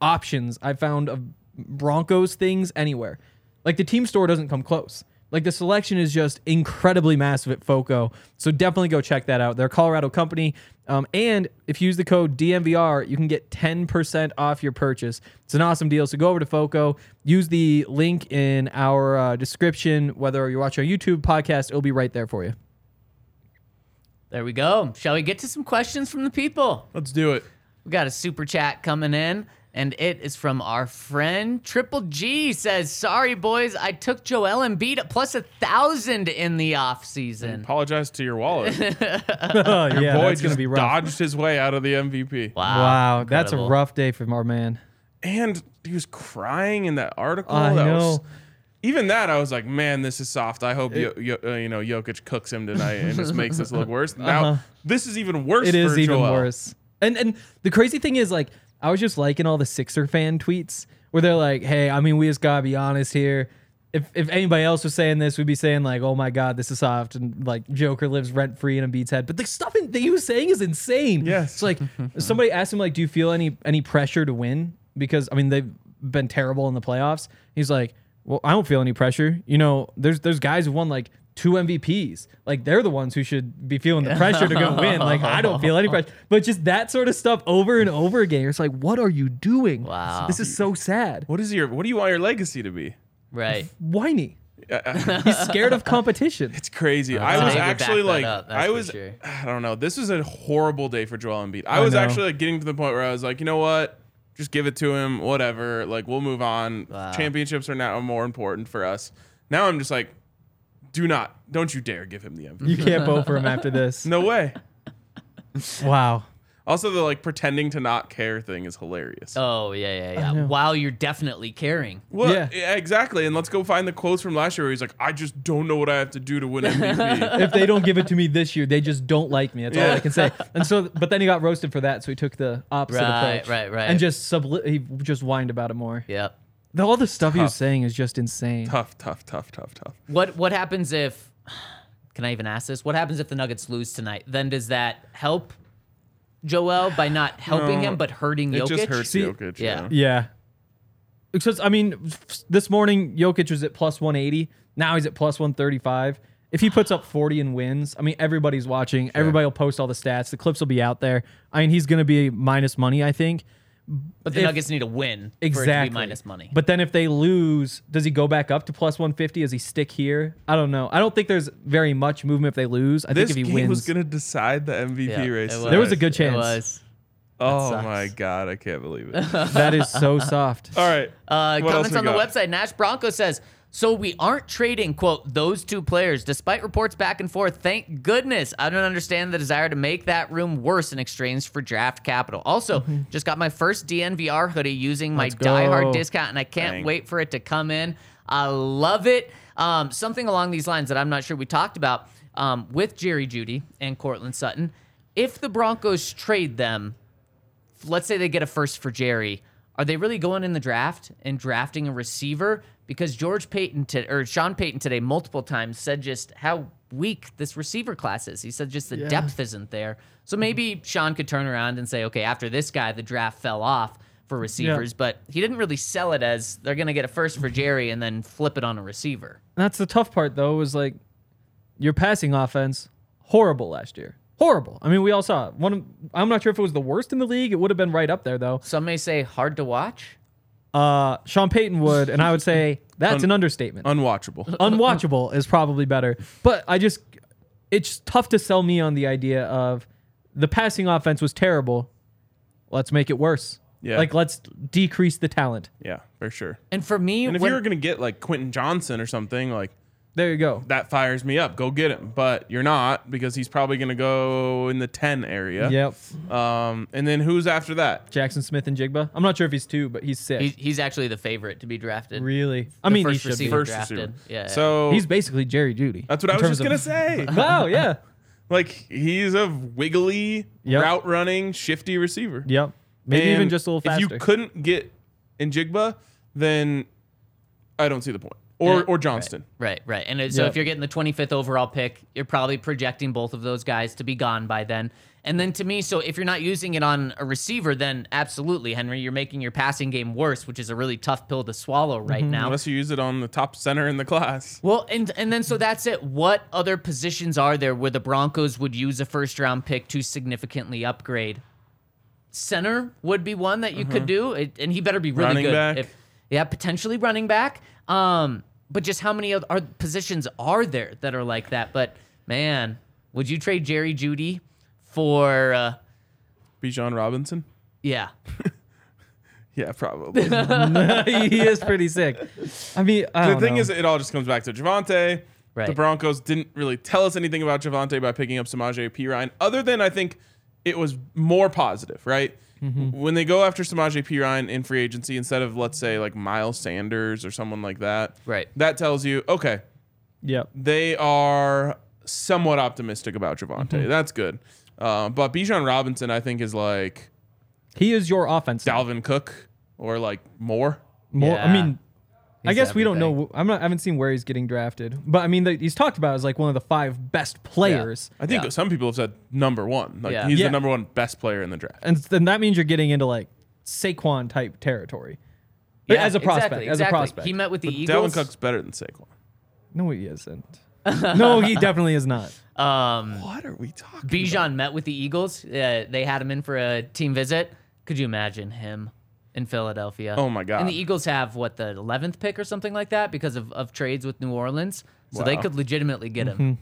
D: options I found of Broncos things anywhere. Like the team store doesn't come close. Like the selection is just incredibly massive at FOCO. So definitely go check that out. They're a Colorado company. Um, and if you use the code DMVR, you can get 10% off your purchase. It's an awesome deal. So go over to FOCO, use the link in our uh, description. Whether you're watching our YouTube podcast, it'll be right there for you.
C: There we go. Shall we get to some questions from the people?
B: Let's do it.
C: We got a super chat coming in, and it is from our friend Triple G. Says, "Sorry, boys, I took Joel Embiid at plus a thousand in the off season.
B: Apologize to your wallet.
D: Oh, <laughs> yeah,
B: Boy
D: that's
B: just
D: gonna be rough.
B: dodged his way out of the MVP.
C: Wow,
D: Wow, that's a
C: incredible.
D: rough day for our man.
B: And he was crying in that article.
D: I
B: that Was,
D: know.
B: even that, I was like, man, this is soft. I hope Yo, Yo, uh, you know Jokic cooks him tonight and just makes this look worse. Now this is even worse.
D: Uh-huh. It is
B: for
D: even
B: Joel.
D: worse. And and the crazy thing is, like, I was just liking all the Sixer fan tweets where they're like, "Hey, I mean, we just gotta be honest here. If if anybody else was saying this, we'd be saying like, oh my god, this is soft and like Joker lives rent free in Embiid's head.' But the stuff in, that he was saying is insane.
B: Yes.
D: it's like somebody asked him like, do you feel any any pressure to win? Because I mean, they've been terrible in the playoffs. He's like, well, I don't feel any pressure. You know, there's there's guys who won like two MVPs. Like they're the ones who should be feeling the pressure to go win. Like I don't feel any pressure. But just that sort of stuff over and over again. It's like, what are you doing?
C: Wow.
D: This is so sad.
B: What is your? What do you want your legacy to be?
C: right?
B: <laughs>
D: Whiny. He's scared of competition.
B: It's crazy.
C: so
B: I was
C: they would back
B: actually
C: that
B: like,
C: up, that's
B: I
C: for
B: was,
C: sure.
B: <sighs> I don't know. This was a horrible day for Joel Embiid. I, was
D: know.
B: actually like getting to the point where I was like, you know what? Just give it to him. Whatever. Like we'll move on. Championships are now more important for us. Now I'm just like, do not, don't you dare give him the MVP.
D: You can't vote for him after this.
B: No way.
D: Wow.
B: Also, the like pretending to not care thing is hilarious.
C: Oh yeah, yeah, yeah. While you're definitely caring.
B: Well,
D: Yeah.
B: yeah, exactly. And let's go find the quotes from last year where he's like, I just don't know what I have to do to win
C: <laughs>
B: MVP.
D: If they don't give it to me this year, they just don't like me. That's all I
B: Yeah.
D: can say. And so, but then he got roasted for that, so he took the opposite
C: Right,
D: approach.
C: right, right.
D: And just sub, he just whined about it more.
C: Yep.
D: The, all the stuff he was saying is just insane.
B: tough, tough, tough, tough, tough.
C: What What happens if? <sighs> Can I even ask this? What happens if the Nuggets lose tonight? Then does that help Joel
B: <sighs>
C: by not helping him but hurting
B: It
C: Jokic?
B: just hurts
D: See-
B: Jokic.
C: Yeah.
D: Yeah. Because, I mean, f- this morning, Jokic was at plus 180. Now he's at plus 135. If he puts up 40 and wins, I mean, everybody's watching. Everybody will post all the stats. The clips will be out there. I mean, he's going to be minus money, I think.
C: But the
D: If-
C: Nuggets need a win
D: Exactly.
C: for it to be minus money.
D: But then if they lose, does he go back up to plus 150? Does he stick here? I don't know. I don't think there's very much movement if they lose. I
B: This
D: think if he
B: game
D: wins.
B: was
D: <laughs>
B: going to decide the MVP
C: Yeah,
B: race.
C: it
B: tonight.
D: There was a good
C: It
D: chance.
C: was.
B: Oh
C: sucks.
B: my god, I can't
C: <laughs>
B: believe it.
D: that
B: <laughs>
D: is so soft.
B: All right.
C: Uh,
B: What else
C: comments
B: we
C: on the
B: got?
C: website. Nash Bronco says, "So we aren't trading quote those two players, despite reports back and forth. Thank goodness. I don't understand the desire to make that room worse in exchange for draft capital. Also, just got my first DNVR hoodie using my
D: Mm-hmm. Let's go.
C: diehard discount, and I can't
B: Dang.
C: wait for it to come in. I love it. Um, something along these lines that I'm not sure we talked about um, with Jerry Judy and Cortland Sutton. If the Broncos trade them, let's say they get a first for Jerry, are they really going in the draft and drafting a receiver? Because George Payton to, or Sean Payton today multiple times said just how weak this receiver class is. He said just the depth isn't there. So maybe Sean could turn around and say, okay, after this guy, the draft fell off for receivers, but he didn't really sell it as they're going to get a first for Jerry and then flip it on a receiver.
D: That's the tough part, though, is like your passing offense horrible last year. Horrible. I mean, we all saw it. one. Of, I'm not sure if it was the worst in the league. It would have been right up there, though.
C: Some may say hard to watch.
D: Uh, Sean Payton would, and I would say <laughs> that's an understatement.
B: Unwatchable.
D: Unwatchable is probably better. But I just, it's tough to sell me on the idea of the passing offense was terrible. Let's make it worse.
B: Yeah.
D: Like let's decrease the talent.
B: yeah, for sure.
C: And for me,
B: And if
C: when-
B: you were going to get like Quentin Johnson or something, like
D: There you go.
B: that fires me up. Go get him. But you're not because he's probably going to go in the 10 area.
D: Yep.
B: Um, and then who's after that?
D: Jackson Smith and Jigba. I'm not sure if he's two, but he's six.
C: he- he's actually the favorite to be drafted.
D: really? I
C: The
D: mean, he
C: first
D: should be.
C: receiver.
B: First
C: drafted.
B: receiver.
C: Yeah, yeah.
B: So
D: He's basically Jerry Judy.
B: that's what I
D: in
B: was just going to say. <laughs>
D: terms <laughs> of- Wow, yeah.
B: like he's a wiggly,
D: Yep.
B: route running, shifty receiver.
D: Yep. Maybe even
B: And
D: just a little
B: If
D: faster.
B: you couldn't get in Jigba, then I don't see the point. or
C: Yeah.
B: or Johnston.
C: Right, right. And it- so
D: Yep.
C: if you're getting the 25th overall pick, you're probably projecting both of those guys to be gone by then. And then to me, so if you're not using it on a receiver, then absolutely, Henry, you're making your passing game worse, which is a really tough pill to swallow right now.
B: Unless you use it on the top center in the class. <laughs>
C: Well, and and then so that's it. What other positions are there where the Broncos would use a first round pick to significantly upgrade? Center would be one that you
D: Mm-hmm.
C: could do, it, and he better be really
B: Running
C: good.
B: back.
C: yeah, potentially running back. Um, but just how many other are, positions are there that are like that? But man, would you trade Jerry Judy for? Uh,
B: Bijan Robinson.
C: yeah,
B: Yeah, probably.
D: <laughs> he is pretty sick. I mean, I
B: the
D: don't
B: thing
D: know.
B: is, it all just comes back to Javante.
C: Right.
B: The Broncos didn't really tell us anything about Javante by picking up Samaje P. Ryan, other than I think it was more positive, right?
C: Mm-hmm.
B: When they go after Samaje P. Ryan in free agency instead of, let's say, like Miles Sanders or someone like that,
C: Right.
B: That tells you, okay,
D: yep.
B: they are somewhat optimistic about Javante.
C: Mm-hmm.
B: That's good. Uh, but Bijan Robinson, I think, is like
D: He is your offense. now.
B: Dalvin Cook or like Moore.
D: More, I
C: Yeah.
D: mean, I
C: He's
D: guess we don't
C: everything.
D: know. I'm not. I haven't seen where he's getting drafted, but I mean, the, he's talked about as like one of the five best players,
B: I think
C: Yeah.
B: some people have said number one. Like
C: Yeah.
B: he's
D: Yeah.
B: the number one best player in the draft.
D: and then that means you're getting into like Saquon type territory
C: yeah,
D: as a prospect.
C: exactly,
D: as
C: exactly.
D: a prospect,
C: he met with the
B: Dalvin
C: Eagles.
B: Cook's better than Saquon.
D: no, he
C: <laughs>
D: isn't. no, he definitely is not.
C: um,
B: What are we talking?
C: Bijan met with the Eagles. Uh, they had him in for a team visit. Could you imagine him in Philadelphia?
B: Oh my God.
C: And the Eagles have what the 11th pick or something like that because of, of trades with New Orleans. So they
B: Wow.
C: could legitimately get him.
D: Mm-hmm.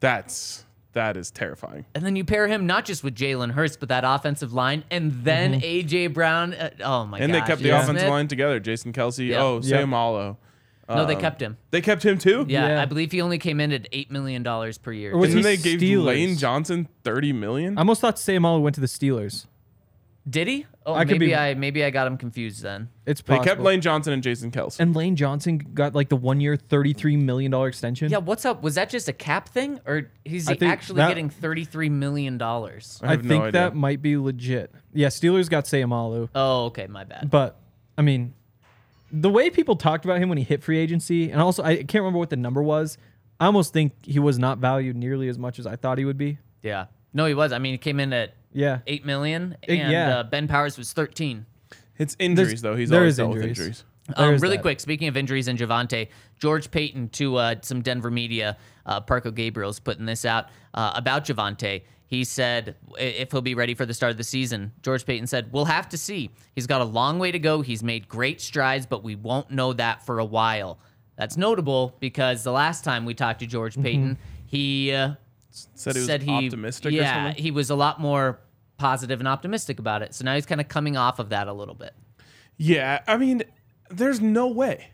B: That's that is terrifying.
C: And then you pair him not just with Jalen Hurts but that offensive line, and
D: Mm-hmm.
C: then AJ Brown. Uh, oh my god!
B: And they kept the offensive line together. Jason Kelsey.
C: Yeah.
B: Oh,
D: Yeah.
B: Sam Allo.
C: No, they kept him.
B: They kept him too.
C: Yeah,
D: Yeah.
C: I believe he only came in at eight million dollars per year.
D: Or was
B: And then
D: he
B: they gave
D: Steelers?
B: Lane Johnson thirty million.
D: I almost thought Samala went to the Steelers.
C: Did he? Oh,
D: I could
C: maybe
D: be-
C: I maybe I got him confused then.
D: It's
B: they
D: possible.
B: kept Lane Johnson and Jason Kelsey.
D: and Lane Johnson got like the one year, thirty three million dollar extension.
C: Yeah, what's up? Was that just a cap thing, or he's
D: I think
C: actually
D: that-
C: getting thirty-three million dollars?
B: I
D: I,
B: have no
D: think
B: idea.
D: that might be legit. Yeah, Steelers got Sayamalu,
C: Oh, okay, my bad.
D: but I mean, the way people talked about him when he hit free agency, and also I can't remember what the number was. I almost think he was not valued nearly as much as I thought he would be.
C: Yeah, no, he was. I mean, he came in at
D: Yeah,
C: eight million,
D: Eight-
C: and
D: yeah.
C: uh, Ben Powers was thirteen.
B: It's injuries
D: There's-
B: though. He's
D: there
B: always
D: is
B: dealt with
D: injuries.
B: injuries.
D: There
C: Um,
D: is
C: really
D: that.
C: quick, speaking of injuries and Javante, George Payton to uh, some Denver media, uh, Parco Gabriel's putting this out uh, about Javante. He said i- if he'll be ready for the start of the season. George Payton said, We'll have to see. He's got a long way to go. He's made great strides, but we won't know that for a while. That's notable because the last time we talked to
D: Mm-hmm.
C: George Payton, he uh,
B: Said he was optimistic.
C: Yeah,
B: or something.
C: he was a lot more positive and optimistic about it. So now he's kind of coming off of that a little bit.
B: Yeah. I mean, there's no way.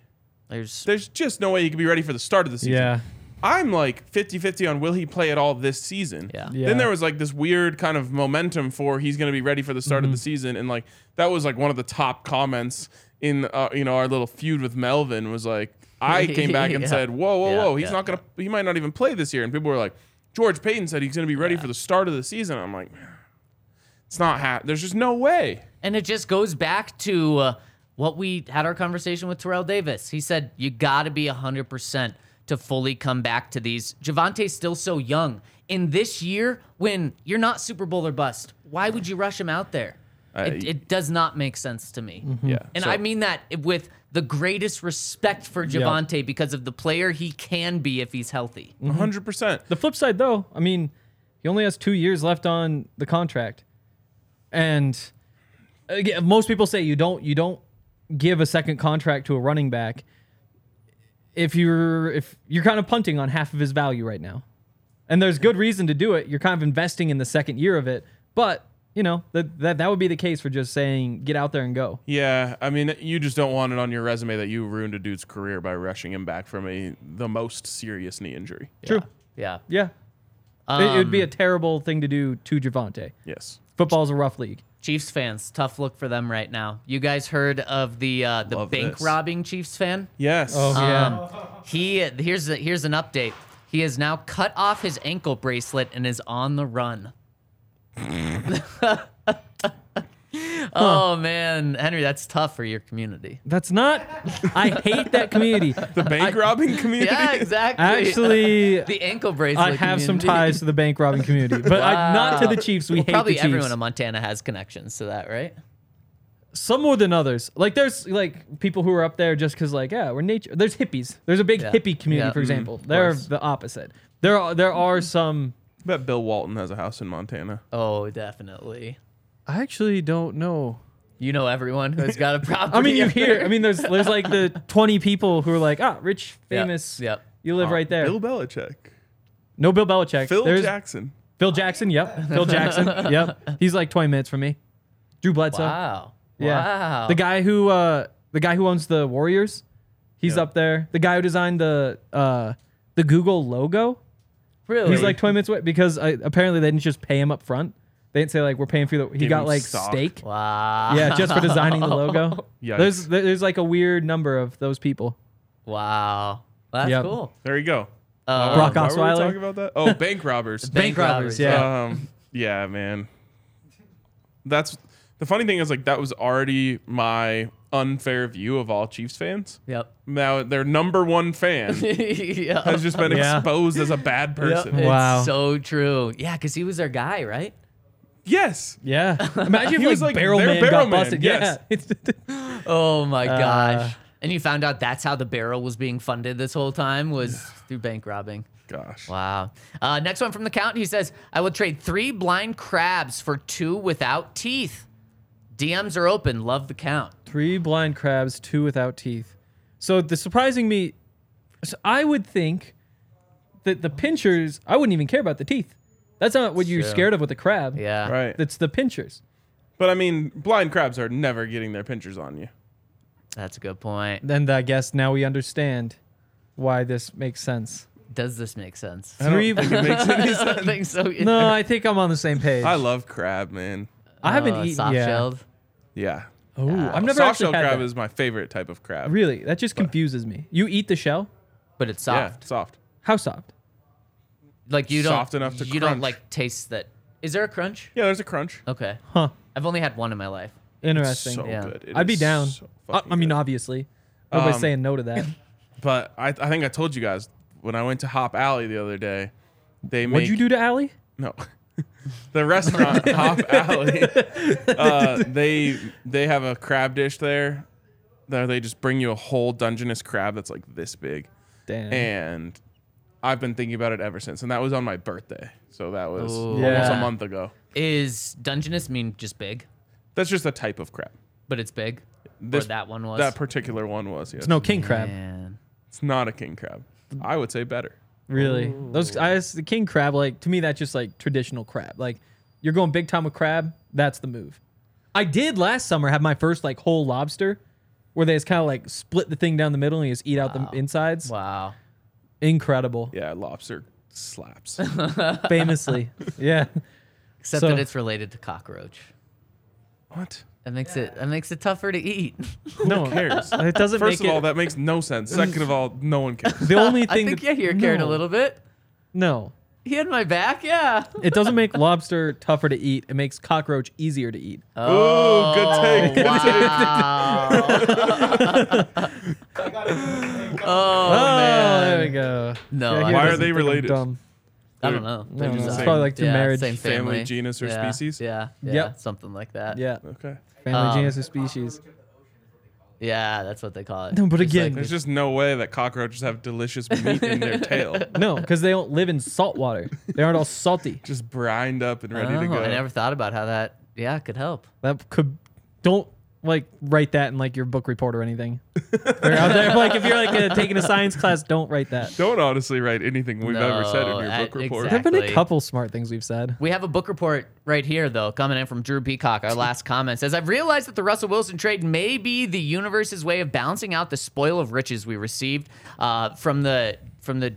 C: There's
B: There's just no way he could be ready for the start of the season.
D: yeah,
B: I'm like 50 50 on will he play at all this season.
C: Yeah.
D: Yeah.
B: Then there was like this weird kind of momentum for he's going to be ready for the start of the season. And like that was like one of the top comments in, uh, you know, our little feud with Melvin was like,
C: <laughs>
B: I came back and
C: Yeah.
B: said, whoa, whoa,
C: Yeah,
B: whoa, he's
C: yeah,
B: not going to, he might not even play this year. And people were like, George Payton said he's going to be ready for the start of the season. I'm like, it's not happening. There's just no way.
C: And it just goes back to uh, what we had our conversation with Terrell Davis. He said, you got to be 100% to fully come back to these. Javante's still so young. In this year, when you're not Super Bowl or bust, why would you rush him out there? it, it does not make sense to me.
B: Yeah.
C: And
B: Mm-hmm. so-
C: I mean that with the greatest respect for Javante because of the player he can be if he's healthy.
B: 100%.
D: The flip side, though, I mean, he only has two years left on the contract, and again, most people say you don't you don't give a second contract to a running back if you're if you're kind of punting on half of his value right now, and there's good reason to do it. You're kind of investing in the second year of it, but you know that that, that would be the case for just saying get out there and go.
B: Yeah, I mean, you just don't want it on your resume that you ruined a dude's career by rushing him back from a the most serious knee injury.
D: True.
C: Yeah.
D: Yeah. it, it would be a terrible thing to do to Javante.
B: Yes.
D: Football's a rough league.
C: Chiefs fans, tough look for them right now. You guys heard of the uh, the
B: Love
C: bank
B: this.
C: robbing Chiefs fan?
B: Yes.
C: Oh.
D: yeah.
C: He here's a, here's an update. He has now cut off his
D: <laughs>
C: ankle bracelet and is on the run. Oh man, Henry, that's tough for your
D: <laughs>
C: community.
D: That's not. I hate that community.
B: The bank
D: <laughs>
B: robbing community.
C: Yeah, exactly. <laughs>
D: Actually,
C: the ankle bracelet.
D: I have some
C: community.
D: ties to the bank robbing community, but I, not to the Chiefs. We
C: Well,
D: hate
C: probably
D: the Chiefs.
C: everyone in Montana has connections to that, right?
D: some more than others. Like there's like people who are up there just because like yeah we're nature. There's hippies. There's a big
C: Yeah.
D: hippie community
C: Yeah.
D: for
C: Mhm.
D: example. They're
C: course.
D: the opposite. There are there are some.
B: I bet Bill Walton has a house in Montana.
C: Oh, definitely.
D: I actually don't know.
C: You know everyone who's
D: <laughs>
C: got a property.
D: I
C: <laughs>
D: mean you
C: up
D: hear.
C: there.
D: I mean there's there's like the 20 people who are like ah rich
C: Yeah,
D: famous.
C: yep. Uh,
D: You live right there.
B: Bill Belichick.
D: no Bill Belichick.
B: Phil
D: there's
B: Jackson.
D: Phil Jackson. Yep.
C: <laughs>
D: Phil Jackson. Yep. He's like 20 minutes from me. Drew Bledsoe.
C: Wow.
D: Yeah.
C: Wow.
D: The guy who uh the guy who owns the Warriors, he's up there. The guy who designed the uh the Google logo,
C: really.
D: he's like 20 minutes away because I, apparently they didn't just pay him up front. They didn't say like we're paying for the he
B: Give
D: got
B: him
D: like
B: stock.
D: steak.
C: Wow.
D: Yeah, just for designing the logo.
B: <laughs> Yikes.
D: There's there- there's like a weird number of those people.
C: Wow. That's
D: Yep.
C: cool.
B: There you go.
C: Uh,
D: Brock
B: Why were we
D: Osweiler.
B: talking about that?
D: <laughs>
B: Oh, bank robbers.
C: Bank robbers,
D: yeah.
B: Um, yeah, man. That's the funny thing is like that was already my unfair view of all Chiefs fans.
C: Yep.
B: Now their number one
D: <laughs>
B: fan
C: <laughs> yeah.
B: has just been
D: Yeah.
B: exposed as a bad person.
C: It's
D: Wow.
C: so true. Yeah, because he was our guy, right?
B: Yes.
D: Yeah. Imagine
B: He
D: if
B: was,
D: like,
B: like,
D: Barrel
B: their
D: Man
B: Barrel
D: got
B: Man,
D: busted.
B: yes.
D: Yeah. <laughs> It's-
C: Oh my gosh. And you found out that's how the barrel was being funded this whole time was through bank robbing.
B: Gosh.
C: Wow. Uh, next one from the count. He says, I will trade three blind crabs for two without teeth. DMs are open. Love the count.
D: Three blind crabs, two without teeth. So the surprising me, so I would think that the pinchers, I wouldn't even care about the teeth. That's not what you're
C: Sure.
D: scared of with a crab.
C: Yeah.
B: Right.
D: That's the pinchers.
B: But I mean, blind crabs are never getting their pinchers on
D: <laughs>
B: you.
C: That's a good point.
D: Then I guess now we understand why this makes sense.
C: Does this make sense? I
D: Three.
B: It
D: <laughs>
B: makes
C: <laughs>
B: any sense.
C: don't think so. either.
D: no, I think I'm on the same page.
B: I love crab, man.
D: I haven't
C: Uh,
D: eaten
C: soft
D: yeah.
C: shelled.
B: Yeah.
D: Oh, I've never
B: Soft shell
D: actually had
B: crab
D: that.
B: is my favorite type of crab.
D: really that just confuses me. You eat the shell?
C: But it's
B: Yeah,
C: soft.
B: soft.
D: How soft?
C: Like you don't
B: Soft enough to
C: you don't
B: crunch.
C: like taste that. Is there a crunch?
B: Yeah, there's a crunch.
C: Okay.
D: Huh?
C: I've only had one in my life.
D: Interesting.
B: So
C: Yeah.
B: good. It
D: I'd be
B: is
D: down.
B: so
D: I,
B: fucking
D: I mean,
B: good.
D: obviously, nobody's
B: Um,
D: saying no
B: <laughs>
D: to that. <laughs>
B: But I, I think I told you guys when I went to Hop Alley the other day, they made
D: What'd you do to Allie?
B: No, <laughs> the
C: <laughs>
B: restaurant Hop Alley. Uh, they they have a crab dish there. There they just bring you a whole Dungeness crab that's like this big,
C: Mm-hmm.
D: Damn.
B: and I've been thinking about it ever since. And that was on my birthday, so that was
C: Ooh.
B: almost
D: Yeah.
B: a month ago.
C: Is Dungeness mean just big?
B: That's just a type of crab.
C: But it's big.
B: This-
C: or that one was.
B: That particular one was. Yes.
D: It's no king crab.
C: Man.
B: it's not a king crab. I would say better.
D: Really? Those I s- the king crab like to me that's just like traditional crab. Like you're going big time with crab, that's the move. I did last summer have my first like whole lobster where they just kind of like split the thing down the middle and you just eat out the insides.
C: Wow. <laughs>
D: Incredible.
B: Yeah, lobster slaps.
D: Famously.
B: <laughs>
D: yeah.
C: Except
D: So-
C: that it's related to cockroach.
B: what?
C: That makes it that makes it tougfer to eat.
D: No.
B: Who cares?
D: <laughs> It doesn't
B: First of
D: make it
B: all, that makes no sense. Second of all, no one cares.
D: <laughs> the
C: <laughs>
D: only
C: I
D: thing
C: think
D: that-
C: yeah, here cared a
D: no.
C: little bit.
D: No.
C: He had my back, yeah.
D: It doesn't make lobster tougher to eat. It makes cockroach easier to eat.
B: Ooh, good take.
C: <laughs>
B: Good take.
C: Oh,
D: oh,
C: man.
D: there we go.
C: No,
D: Yeah,
C: I
D: he
B: Why are
D: doesn't
B: they
D: think I'm
B: related?
D: dumb.
C: I don't know.
D: No,
C: They're
D: no,
C: just
D: it's
C: the
D: probably
C: same-
D: like two
C: yeah,
D: marriage-
C: same family.
B: Family, genus, or
C: Yeah,
B: species?
C: Yeah, yeah,
D: Yep.
C: something like that.
D: Yeah.
B: Okay.
D: Family, genus, or species.
C: yeah, that's what they call it.
D: <laughs> No, but
C: Just
D: again,
C: like-
B: There's just no way that cockroaches have delicious meat in their
C: <laughs>
B: tail.
D: No, because they don't live in salt water. They aren't all <laughs> salty.
B: Just brined up and ready to
C: Oh,
B: go.
C: I never thought about how that. Yeah, could help.
D: That could don't like write that in like your book report or anything. <laughs> Or out there, like if you're like uh, taking a science class, don't write that.
B: Don't honestly write anything we've ever said in
C: No,
B: your
C: I-
B: book report.
D: There've been a
C: Exactly.
D: couple smart things we've said.
C: We have a book report right here, though, coming in from Drew Peacock. Our last comment says I've realized that the Russell Wilson trade may be the universe's way of balancing out the spoil of riches we received uh, from the from the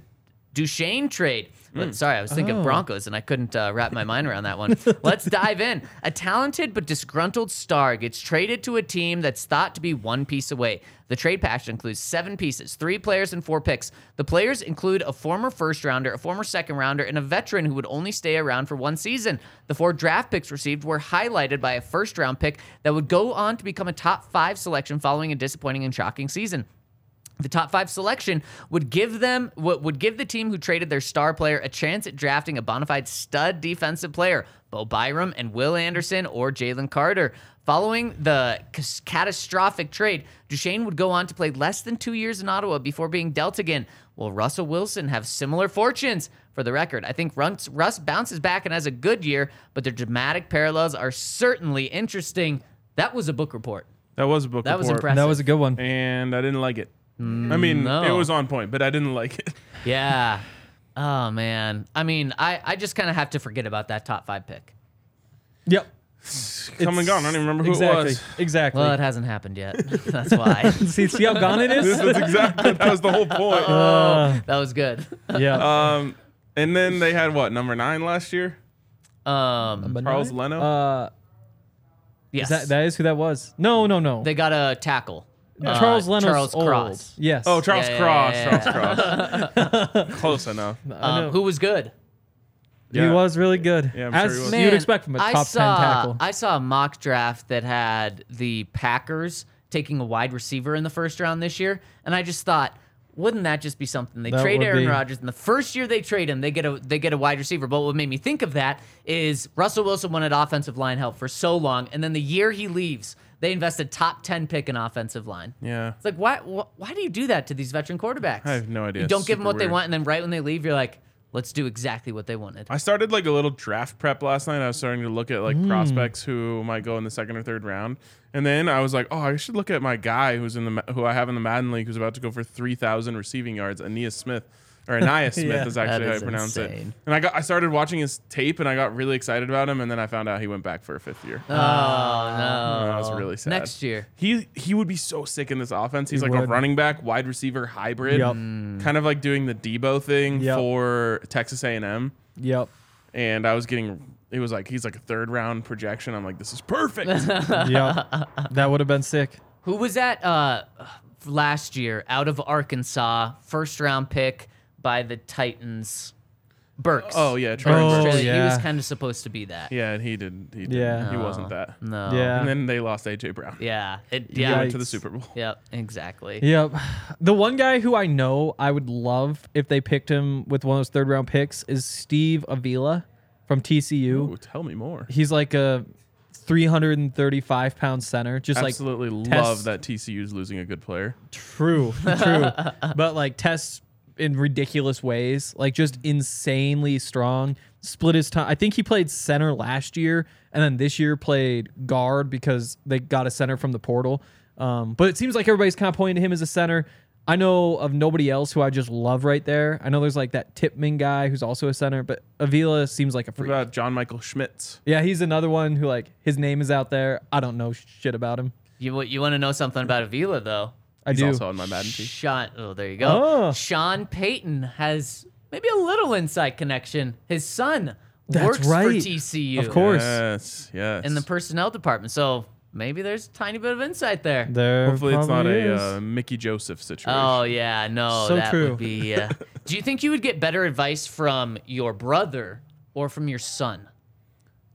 C: Duchesne trade. But Sorry, I was thinking Broncos and I couldn't uh, wrap my mind around that one. Let's dive in. A talented but disgruntled star gets traded to a team that's thought to be one piece away. The trade package includes seven pieces, three players, and four picks. The players include a former first rounder, a former second rounder, and a veteran who would only stay around for one season. The four draft picks received were highlighted by a first round pick that would go on to become a top five selection following a disappointing and shocking season the top five selection would give them what would give the team who traded their star player a chance at drafting a bona fide stud defensive player, Bo Byram and Will Anderson or Jalen Carter. Following the cas- catastrophic trade, Duchesne would go on to play less than two years in Ottawa before being dealt again. Will Russell Wilson have similar fortunes? For the record, I think Russ, Russ bounces back and has a good year, but their dramatic parallels are certainly interesting. That was a book report.
B: That was a book.
C: That was
B: report,
C: impressive.
D: That was a good one.
B: And I didn't like it. I mean,
C: Mm, no.
B: it was on point, but I didn't like <laughs> it.
C: Yeah. <sighs> Oh man. I mean, I, I just kind of have to forget about that top five pick.
D: Yep.
B: Come and gone. I don't even remember who
D: exactly.
B: it was.
D: Exactly.
C: Well, it hasn't happened yet. <laughs> That's why.
D: <laughs> see, see how gone it is?
B: This was exactly that was the whole <laughs> point.
C: oh, that was good. <laughs>
D: yeah.
B: Um, and then they had what number nine last year?
C: Um.
B: Charles Leno.
D: Uh,
C: Yes.
D: that, that is who that was. No, no, no.
C: they got a tackle. Uh,
D: Charles Leno's
C: Charles
D: old.
C: Cross.
D: Yes.
B: oh, Charles
C: yeah,
B: Cross.
C: yeah, yeah,
B: Charles
C: <laughs>
B: Cross. Close enough.
C: Um, who was good?
B: Yeah.
D: He was really good.
B: Yeah, I'm sure
D: As
B: he was.
C: Man,
D: you'd expect from a
C: I
D: top
C: saw,
D: ten tackle.
C: I saw a mock draft that had the Packers taking a wide receiver in the first round this year, and I just thought, wouldn't that just be something? They
D: That
C: trade
D: would
C: Aaron
D: be-
C: Rodgers, and the first year they trade him, they get a they get a wide receiver. But what made me think of that is Russell Wilson wanted offensive line help for so long, and then the year he leaves, they invest a top ten pick in offensive line.
B: Yeah.
C: It's like why wh- why do you do that to these veteran quarterbacks?
B: I have no idea.
C: You don't
B: It's
C: give them
B: super
C: what they
B: weird.
C: want, and then right when they leave, you're like, let's do exactly what they wanted.
B: I started like a little draft prep last night. I was starting to look at
C: Hmm.
B: like prospects who might go in the second or third round, and then I was like, "Oh, I should look at my guy who's in the Ma- who I have in the Madden League who's about to go for three thousand receiving yards, Aeneas Smith,
C: <laughs>
B: or Aeneas Smith is actually
C: That
B: how I
C: is
B: pronounce
C: insane.
B: it." And I got I started watching his tape, and I got really excited about him, and then I found out he went back for a fifth year.
C: Oh
B: And
C: no!
B: I was really sad.
C: Next year.
B: he he would be so sick in this offense. He's
D: He
B: like a
D: would.
B: running back, wide receiver hybrid,
D: Yep.
B: kind of like doing the Debo thing
D: Yep.
B: for Texas A and M.
C: <laughs>
D: yep.
B: and I was getting it was like he's like a third round projection. I'm like, this is perfect.
C: <laughs>
D: Yep. that would have been sick.
C: Who was that uh, last year out of Arkansas, first round pick by the Titans? Burks.
B: oh yeah,
C: Burks.
B: Trevor.
D: Oh,
B: Burks.
C: He was
D: yeah.
C: kind of supposed to be that.
B: Yeah, and he didn't. He didn't.
D: Yeah.
B: he wasn't that.
C: No.
D: Yeah.
B: And then they lost AJ Brown.
C: Yeah. It,
B: He
C: yeah.
B: went to the
D: Yikes.
B: Super Bowl.
C: Yep. Exactly.
D: Yep. The one guy who I know I would love if they picked him with one of those third round picks is Steve Avila from TCU.
B: Ooh, tell me more.
D: He's like a 335 pound center, just
B: Absolutely
D: like
B: love
D: tests-
B: that TCU's losing a good player.
D: True, true, but like tests in ridiculous ways, like just insanely strong. Split his time. I think he played center last year, and then this year played guard because they got a center from the portal. Um, but it seems like everybody's kind of pointing to him as a center. I know of nobody else who I just love right there. I know there's like that Tipman guy who's also a center, but Avila seems like a
B: What
D: freak.
B: about John Michael Schmitz?
D: Yeah, he's another one who like his name is out there. I don't know shit about him.
C: You you want to know something about Avila though?
D: I
B: He's
D: do.
B: also on my Madden team.
C: Sean. Oh, there you go.
D: Oh.
C: Sean Payton has maybe a little inside connection. His son
D: That's
C: works for
D: right.
C: TCU.
D: Of course.
B: Yes, yes.
C: in the personnel department. So maybe there's a tiny bit of insight there.
D: there
B: Hopefully it's not
D: probably
B: a
D: is.
B: uh, Mickey Joseph situation.
C: Oh yeah, no,
D: So
C: that
D: true.
B: <laughs>
C: would be. Uh, do you think you would get better advice from your brother or from your son?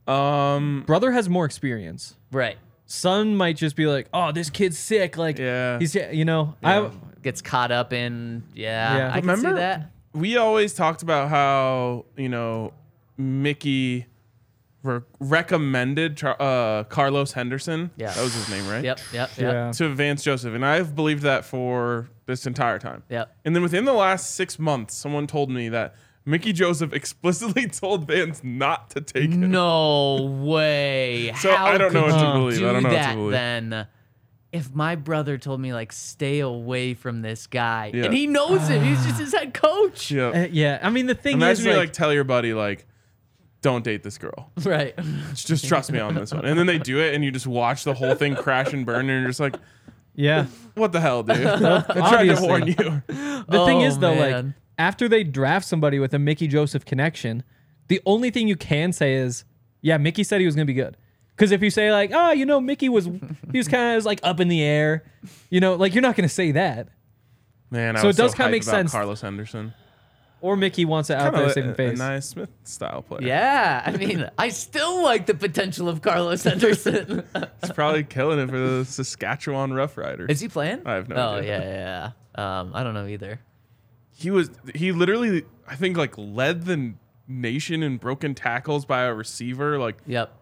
B: Um,
D: brother has more experience.
C: Right,
D: Son might just be like, "Oh, this kid's sick." Like,
B: Yeah.
D: he's you know,
C: gets caught up in yeah.
D: Yeah.
C: I can
B: Remember
C: see that.
B: we always talked about how you know Mickey re- recommended Char- uh, Carlos Henderson.
C: Yeah.
B: that was his name, right?
C: Yep, yep,
D: I
C: yep.
D: yeah,
B: To Vance Joseph, and I've believed that for this entire time.
C: Yep.
B: And then within the last six months, someone told me that Mickey Joseph <laughs> explicitly told Vance not to take him.
C: No way.
B: <laughs> So
C: How
B: I don't know
C: could
B: what to
C: you
B: believe. I don't know
C: do
B: what to
C: that
B: believe.
C: Then, if my brother told me like stay away from this guy,
B: Yeah.
C: and he knows him, he's just his head coach.
B: Yeah.
D: Uh, yeah. I mean, the thing
B: Imagine
D: is,
B: you
D: like,
B: like, tell your buddy like, don't date this girl.
C: Right. <laughs>
B: Just trust me on this one. And then they do it, and you just watch the whole thing crash and burn, and you're just like,
D: yeah.
B: <laughs>
C: <laughs>
B: what the hell, dude? I tried to
D: Obviously.
B: warn you.
D: The thing is,
C: Oh,
D: though,
C: man.
D: like, after they draft somebody with a Mickey Joseph connection, the only thing you can say is, yeah, Mickey said he was going to be good. Because if you say like, oh, you know, Mickey was he was kind of like up in the air, you know, like you're not going to say that.
B: Man, I
D: So
B: was
D: it does
B: so
D: kinda
B: hyped
D: make
B: about
D: sense.
B: Carlos Henderson,
D: Or Mickey wants it out
B: Kinda
D: there saving
B: a, a
D: face.
B: nice Smith style player.
C: Yeah, I mean, I still like the potential of Carlos Henderson. <laughs>
B: he's <laughs> probably killing it for the Saskatchewan Rough Riders.
C: Is he playing?
B: I have no
C: oh,
B: idea.
C: yeah, yeah. Um, I don't know either.
B: he was he literally I think like led the nation in broken tackles by a receiver like
C: Yep.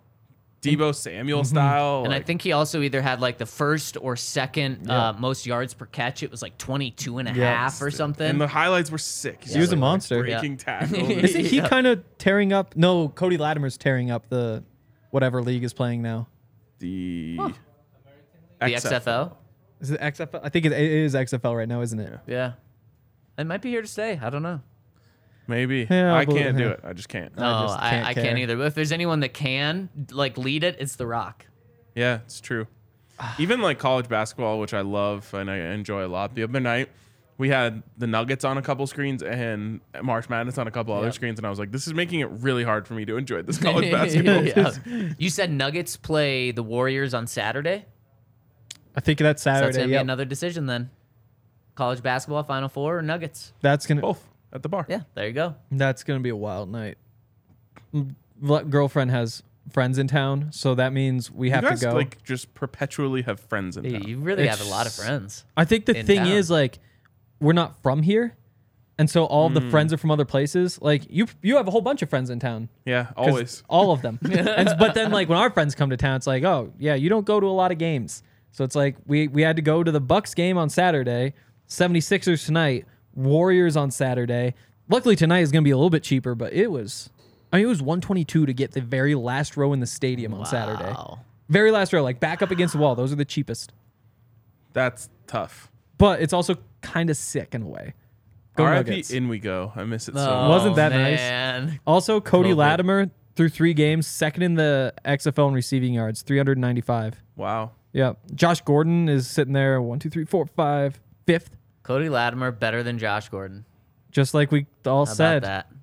B: Debo Samuel
D: Mm-hmm.
B: style.
C: And I
B: like-
C: think he also either had like the first or second uh, most yards per catch. It was like 22 and a
D: Yeah.
C: half or something.
B: and the highlights were sick. He's
D: he was
B: just,
D: a
B: like,
D: monster.
C: Yeah.
B: breaking
D: <laughs>
B: tackles.
C: Yeah.
D: Isn't he kind of tearing up? No, Cody Latimer's tearing up the whatever league is playing now.
B: the
C: the XFL.
D: Is it XFL? I think it, it is XFL right now, isn't it?
C: Yeah. It might be here to stay. I don't know.
B: Maybe
D: Yeah, I
B: I
D: believe
B: can't do
D: him.
B: it. I just can't.
C: No, I
D: just
C: Oh, I can't,
D: can't care.
C: either. But if there's anyone that can like lead it, it's The Rock.
B: Yeah, it's
C: <sighs>
B: true. Even like college basketball, which I love and I enjoy a lot. The other night, we had the Nuggets on a couple screens and March Madness on a couple other screens, and I was like, "This is making it really hard for me to enjoy
C: <laughs>
B: this college basketball."
C: Yeah. You said Nuggets play the Warriors on Saturday.
D: I think that's
C: So
D: Saturday.
C: that's gonna
D: yep.
C: be another decision then. College basketball, Final Four, or Nuggets.
D: that's gonna
B: Both at the bar.
C: Yeah, there you go.
D: that's gonna be a wild night. M- vla- Girlfriend has friends in town, so that means we
B: you
D: have
B: guys
D: to go.
B: like just perpetually have friends in
C: Hey,
B: town.
C: you really have a lot of
D: It's-
C: friends.
D: I think the
C: in
D: thing
C: town.
D: is like we're not from here, and so all of
C: Hmm.
D: the friends are from other places. Like you, you have a whole bunch of friends in town.
B: yeah,
D: 'Cause
B: always.
D: <laughs> all of them. and, but then like when our friends come to town, it's like, oh yeah, you don't go to a lot of games. So it's like we we had to go to the Bucks game on Saturday, 76ers tonight, Warriors on Saturday. Luckily tonight is going to be a little bit cheaper, but it was I mean it was 122 to get the very last row in the stadium on Saturday.
C: Wow.
D: Very last row, like back up against the wall. Those are the cheapest.
B: That's tough.
D: But it's also kind of sick in a way. Go
B: RIP
D: Nuggets.
B: in we go. I miss it so
C: Oh,
B: much.
D: Wasn't that nice?
C: man.
D: Also, Cody
B: Totally.
D: Latimer through three games, second in the XFL in receiving yards, 395.
B: Wow.
D: Yep. Josh Gordon is sitting there one, two, three, four, five, fifth.
C: Cody Latimer better than Josh Gordon.
D: Just like we all
C: How
D: said.
C: about that?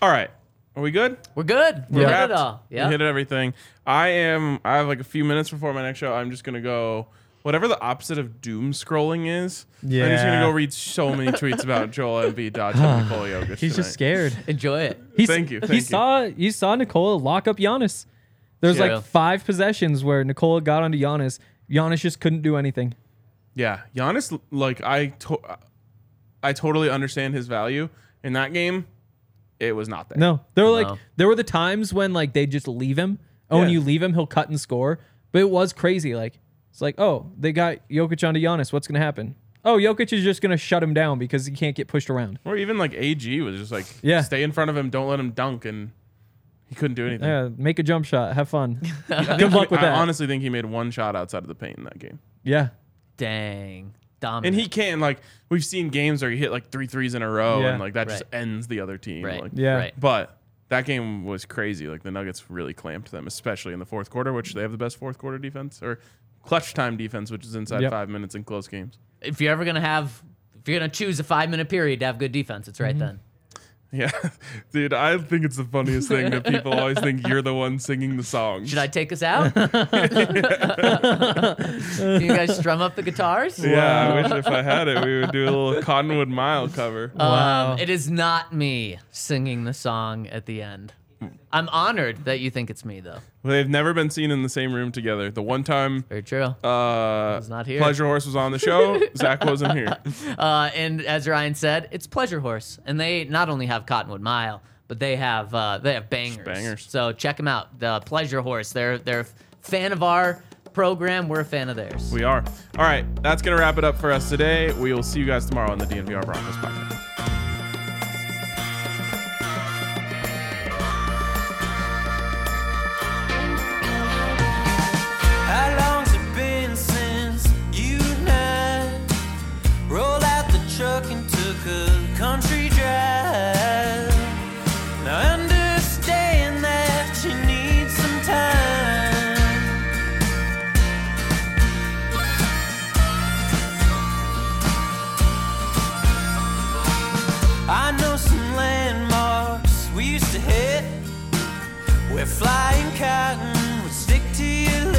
B: All right. Are we good?
C: We're good. We
D: Yeah.
C: hit
B: Wrapped.
C: it all.
B: We
C: Yeah.
B: hit everything. I am. I have like a few minutes before my next show. I'm just gonna go. Whatever the opposite of doom scrolling is, I'm just gonna
D: Yeah. Ah,
B: go read so many tweets
D: <laughs>
B: about Joel Embiid dodging Nikola Jokic.
D: He's just
B: tonight. <laughs>
D: scared.
C: Enjoy it.
D: He's,
B: Thank you,
D: he
B: thank you.
D: saw you saw Nicola lock up Giannis. There's
C: Yeah.
D: like five possessions where Nicola got onto Giannis. Giannis just couldn't do anything.
B: Yeah, Giannis. Like I, to- I totally understand his value in that game. It was not there.
D: No. There were like
C: No.
D: there were the times when like they just leave him. Oh, when
B: Yeah.
D: you leave him, he'll cut and score. But it was crazy. Like it's like, oh, they got Jokic onto Giannis. What's gonna happen? Oh, Jokic is just gonna shut him down because he can't get pushed around.
B: Or even like AG was just like,
D: Yeah.
B: stay in front of him, don't let him dunk, and he couldn't do anything.
D: Yeah, make a jump shot. Have fun. Good luck
B: <laughs>
D: with
B: I
D: that.
B: honestly think he made one shot outside of the paint in that game.
D: yeah.
C: Dang. Dominant.
B: And he can like we've seen games where he hit like three threes in a row
D: Yeah.
B: and like that just
C: Right.
B: ends the other team.
C: right.
B: Like,
D: Yeah.
C: Right.
B: But that game was crazy. Like the Nuggets really clamped them, especially in the fourth quarter, which they have the best fourth quarter defense or clutch time defense, which is inside
D: Yep.
B: five minutes in close games. <laughs>
C: If you're ever gonna have, if you're gonna choose a five minute period to have good defense, it's right
D: Mm-hmm.
C: then.
B: Yeah. Dude, I think it's the funniest thing that
C: <laughs>
B: people always think you're the one singing the song.
C: Should I take us
D: <laughs>
C: out? you guys strum up the guitars?
B: <laughs> Yeah, I wish if I had it, we would do a <laughs> little Cottonwood Mile cover.
C: Um, it is not me singing the song at the end. I'm honored that you think it's me, though.
B: Well, they've never been seen in the same room together. The one time
C: Very true.
B: uh,
C: not here.
B: Pleasure Horse was on the
C: <laughs>
B: show, Zach wasn't here.
C: Uh, and as Ryan said, it's Pleasure Horse, and they not only have Cottonwood Mile, but they have uh, they have bangers.
B: bangers.
C: So check them out. The Pleasure Horse. They're they're a fan of our program. We're a fan of theirs.
B: We are. All right, that's going to wrap it up for us today. We will see you guys tomorrow on the DNVR Broncos podcast.
A: How long's it been since you and I rolled out the truck and took a country drive? Now understand that you need some time. I know some landmarks we used to hit where flying cotton would stick to your lips.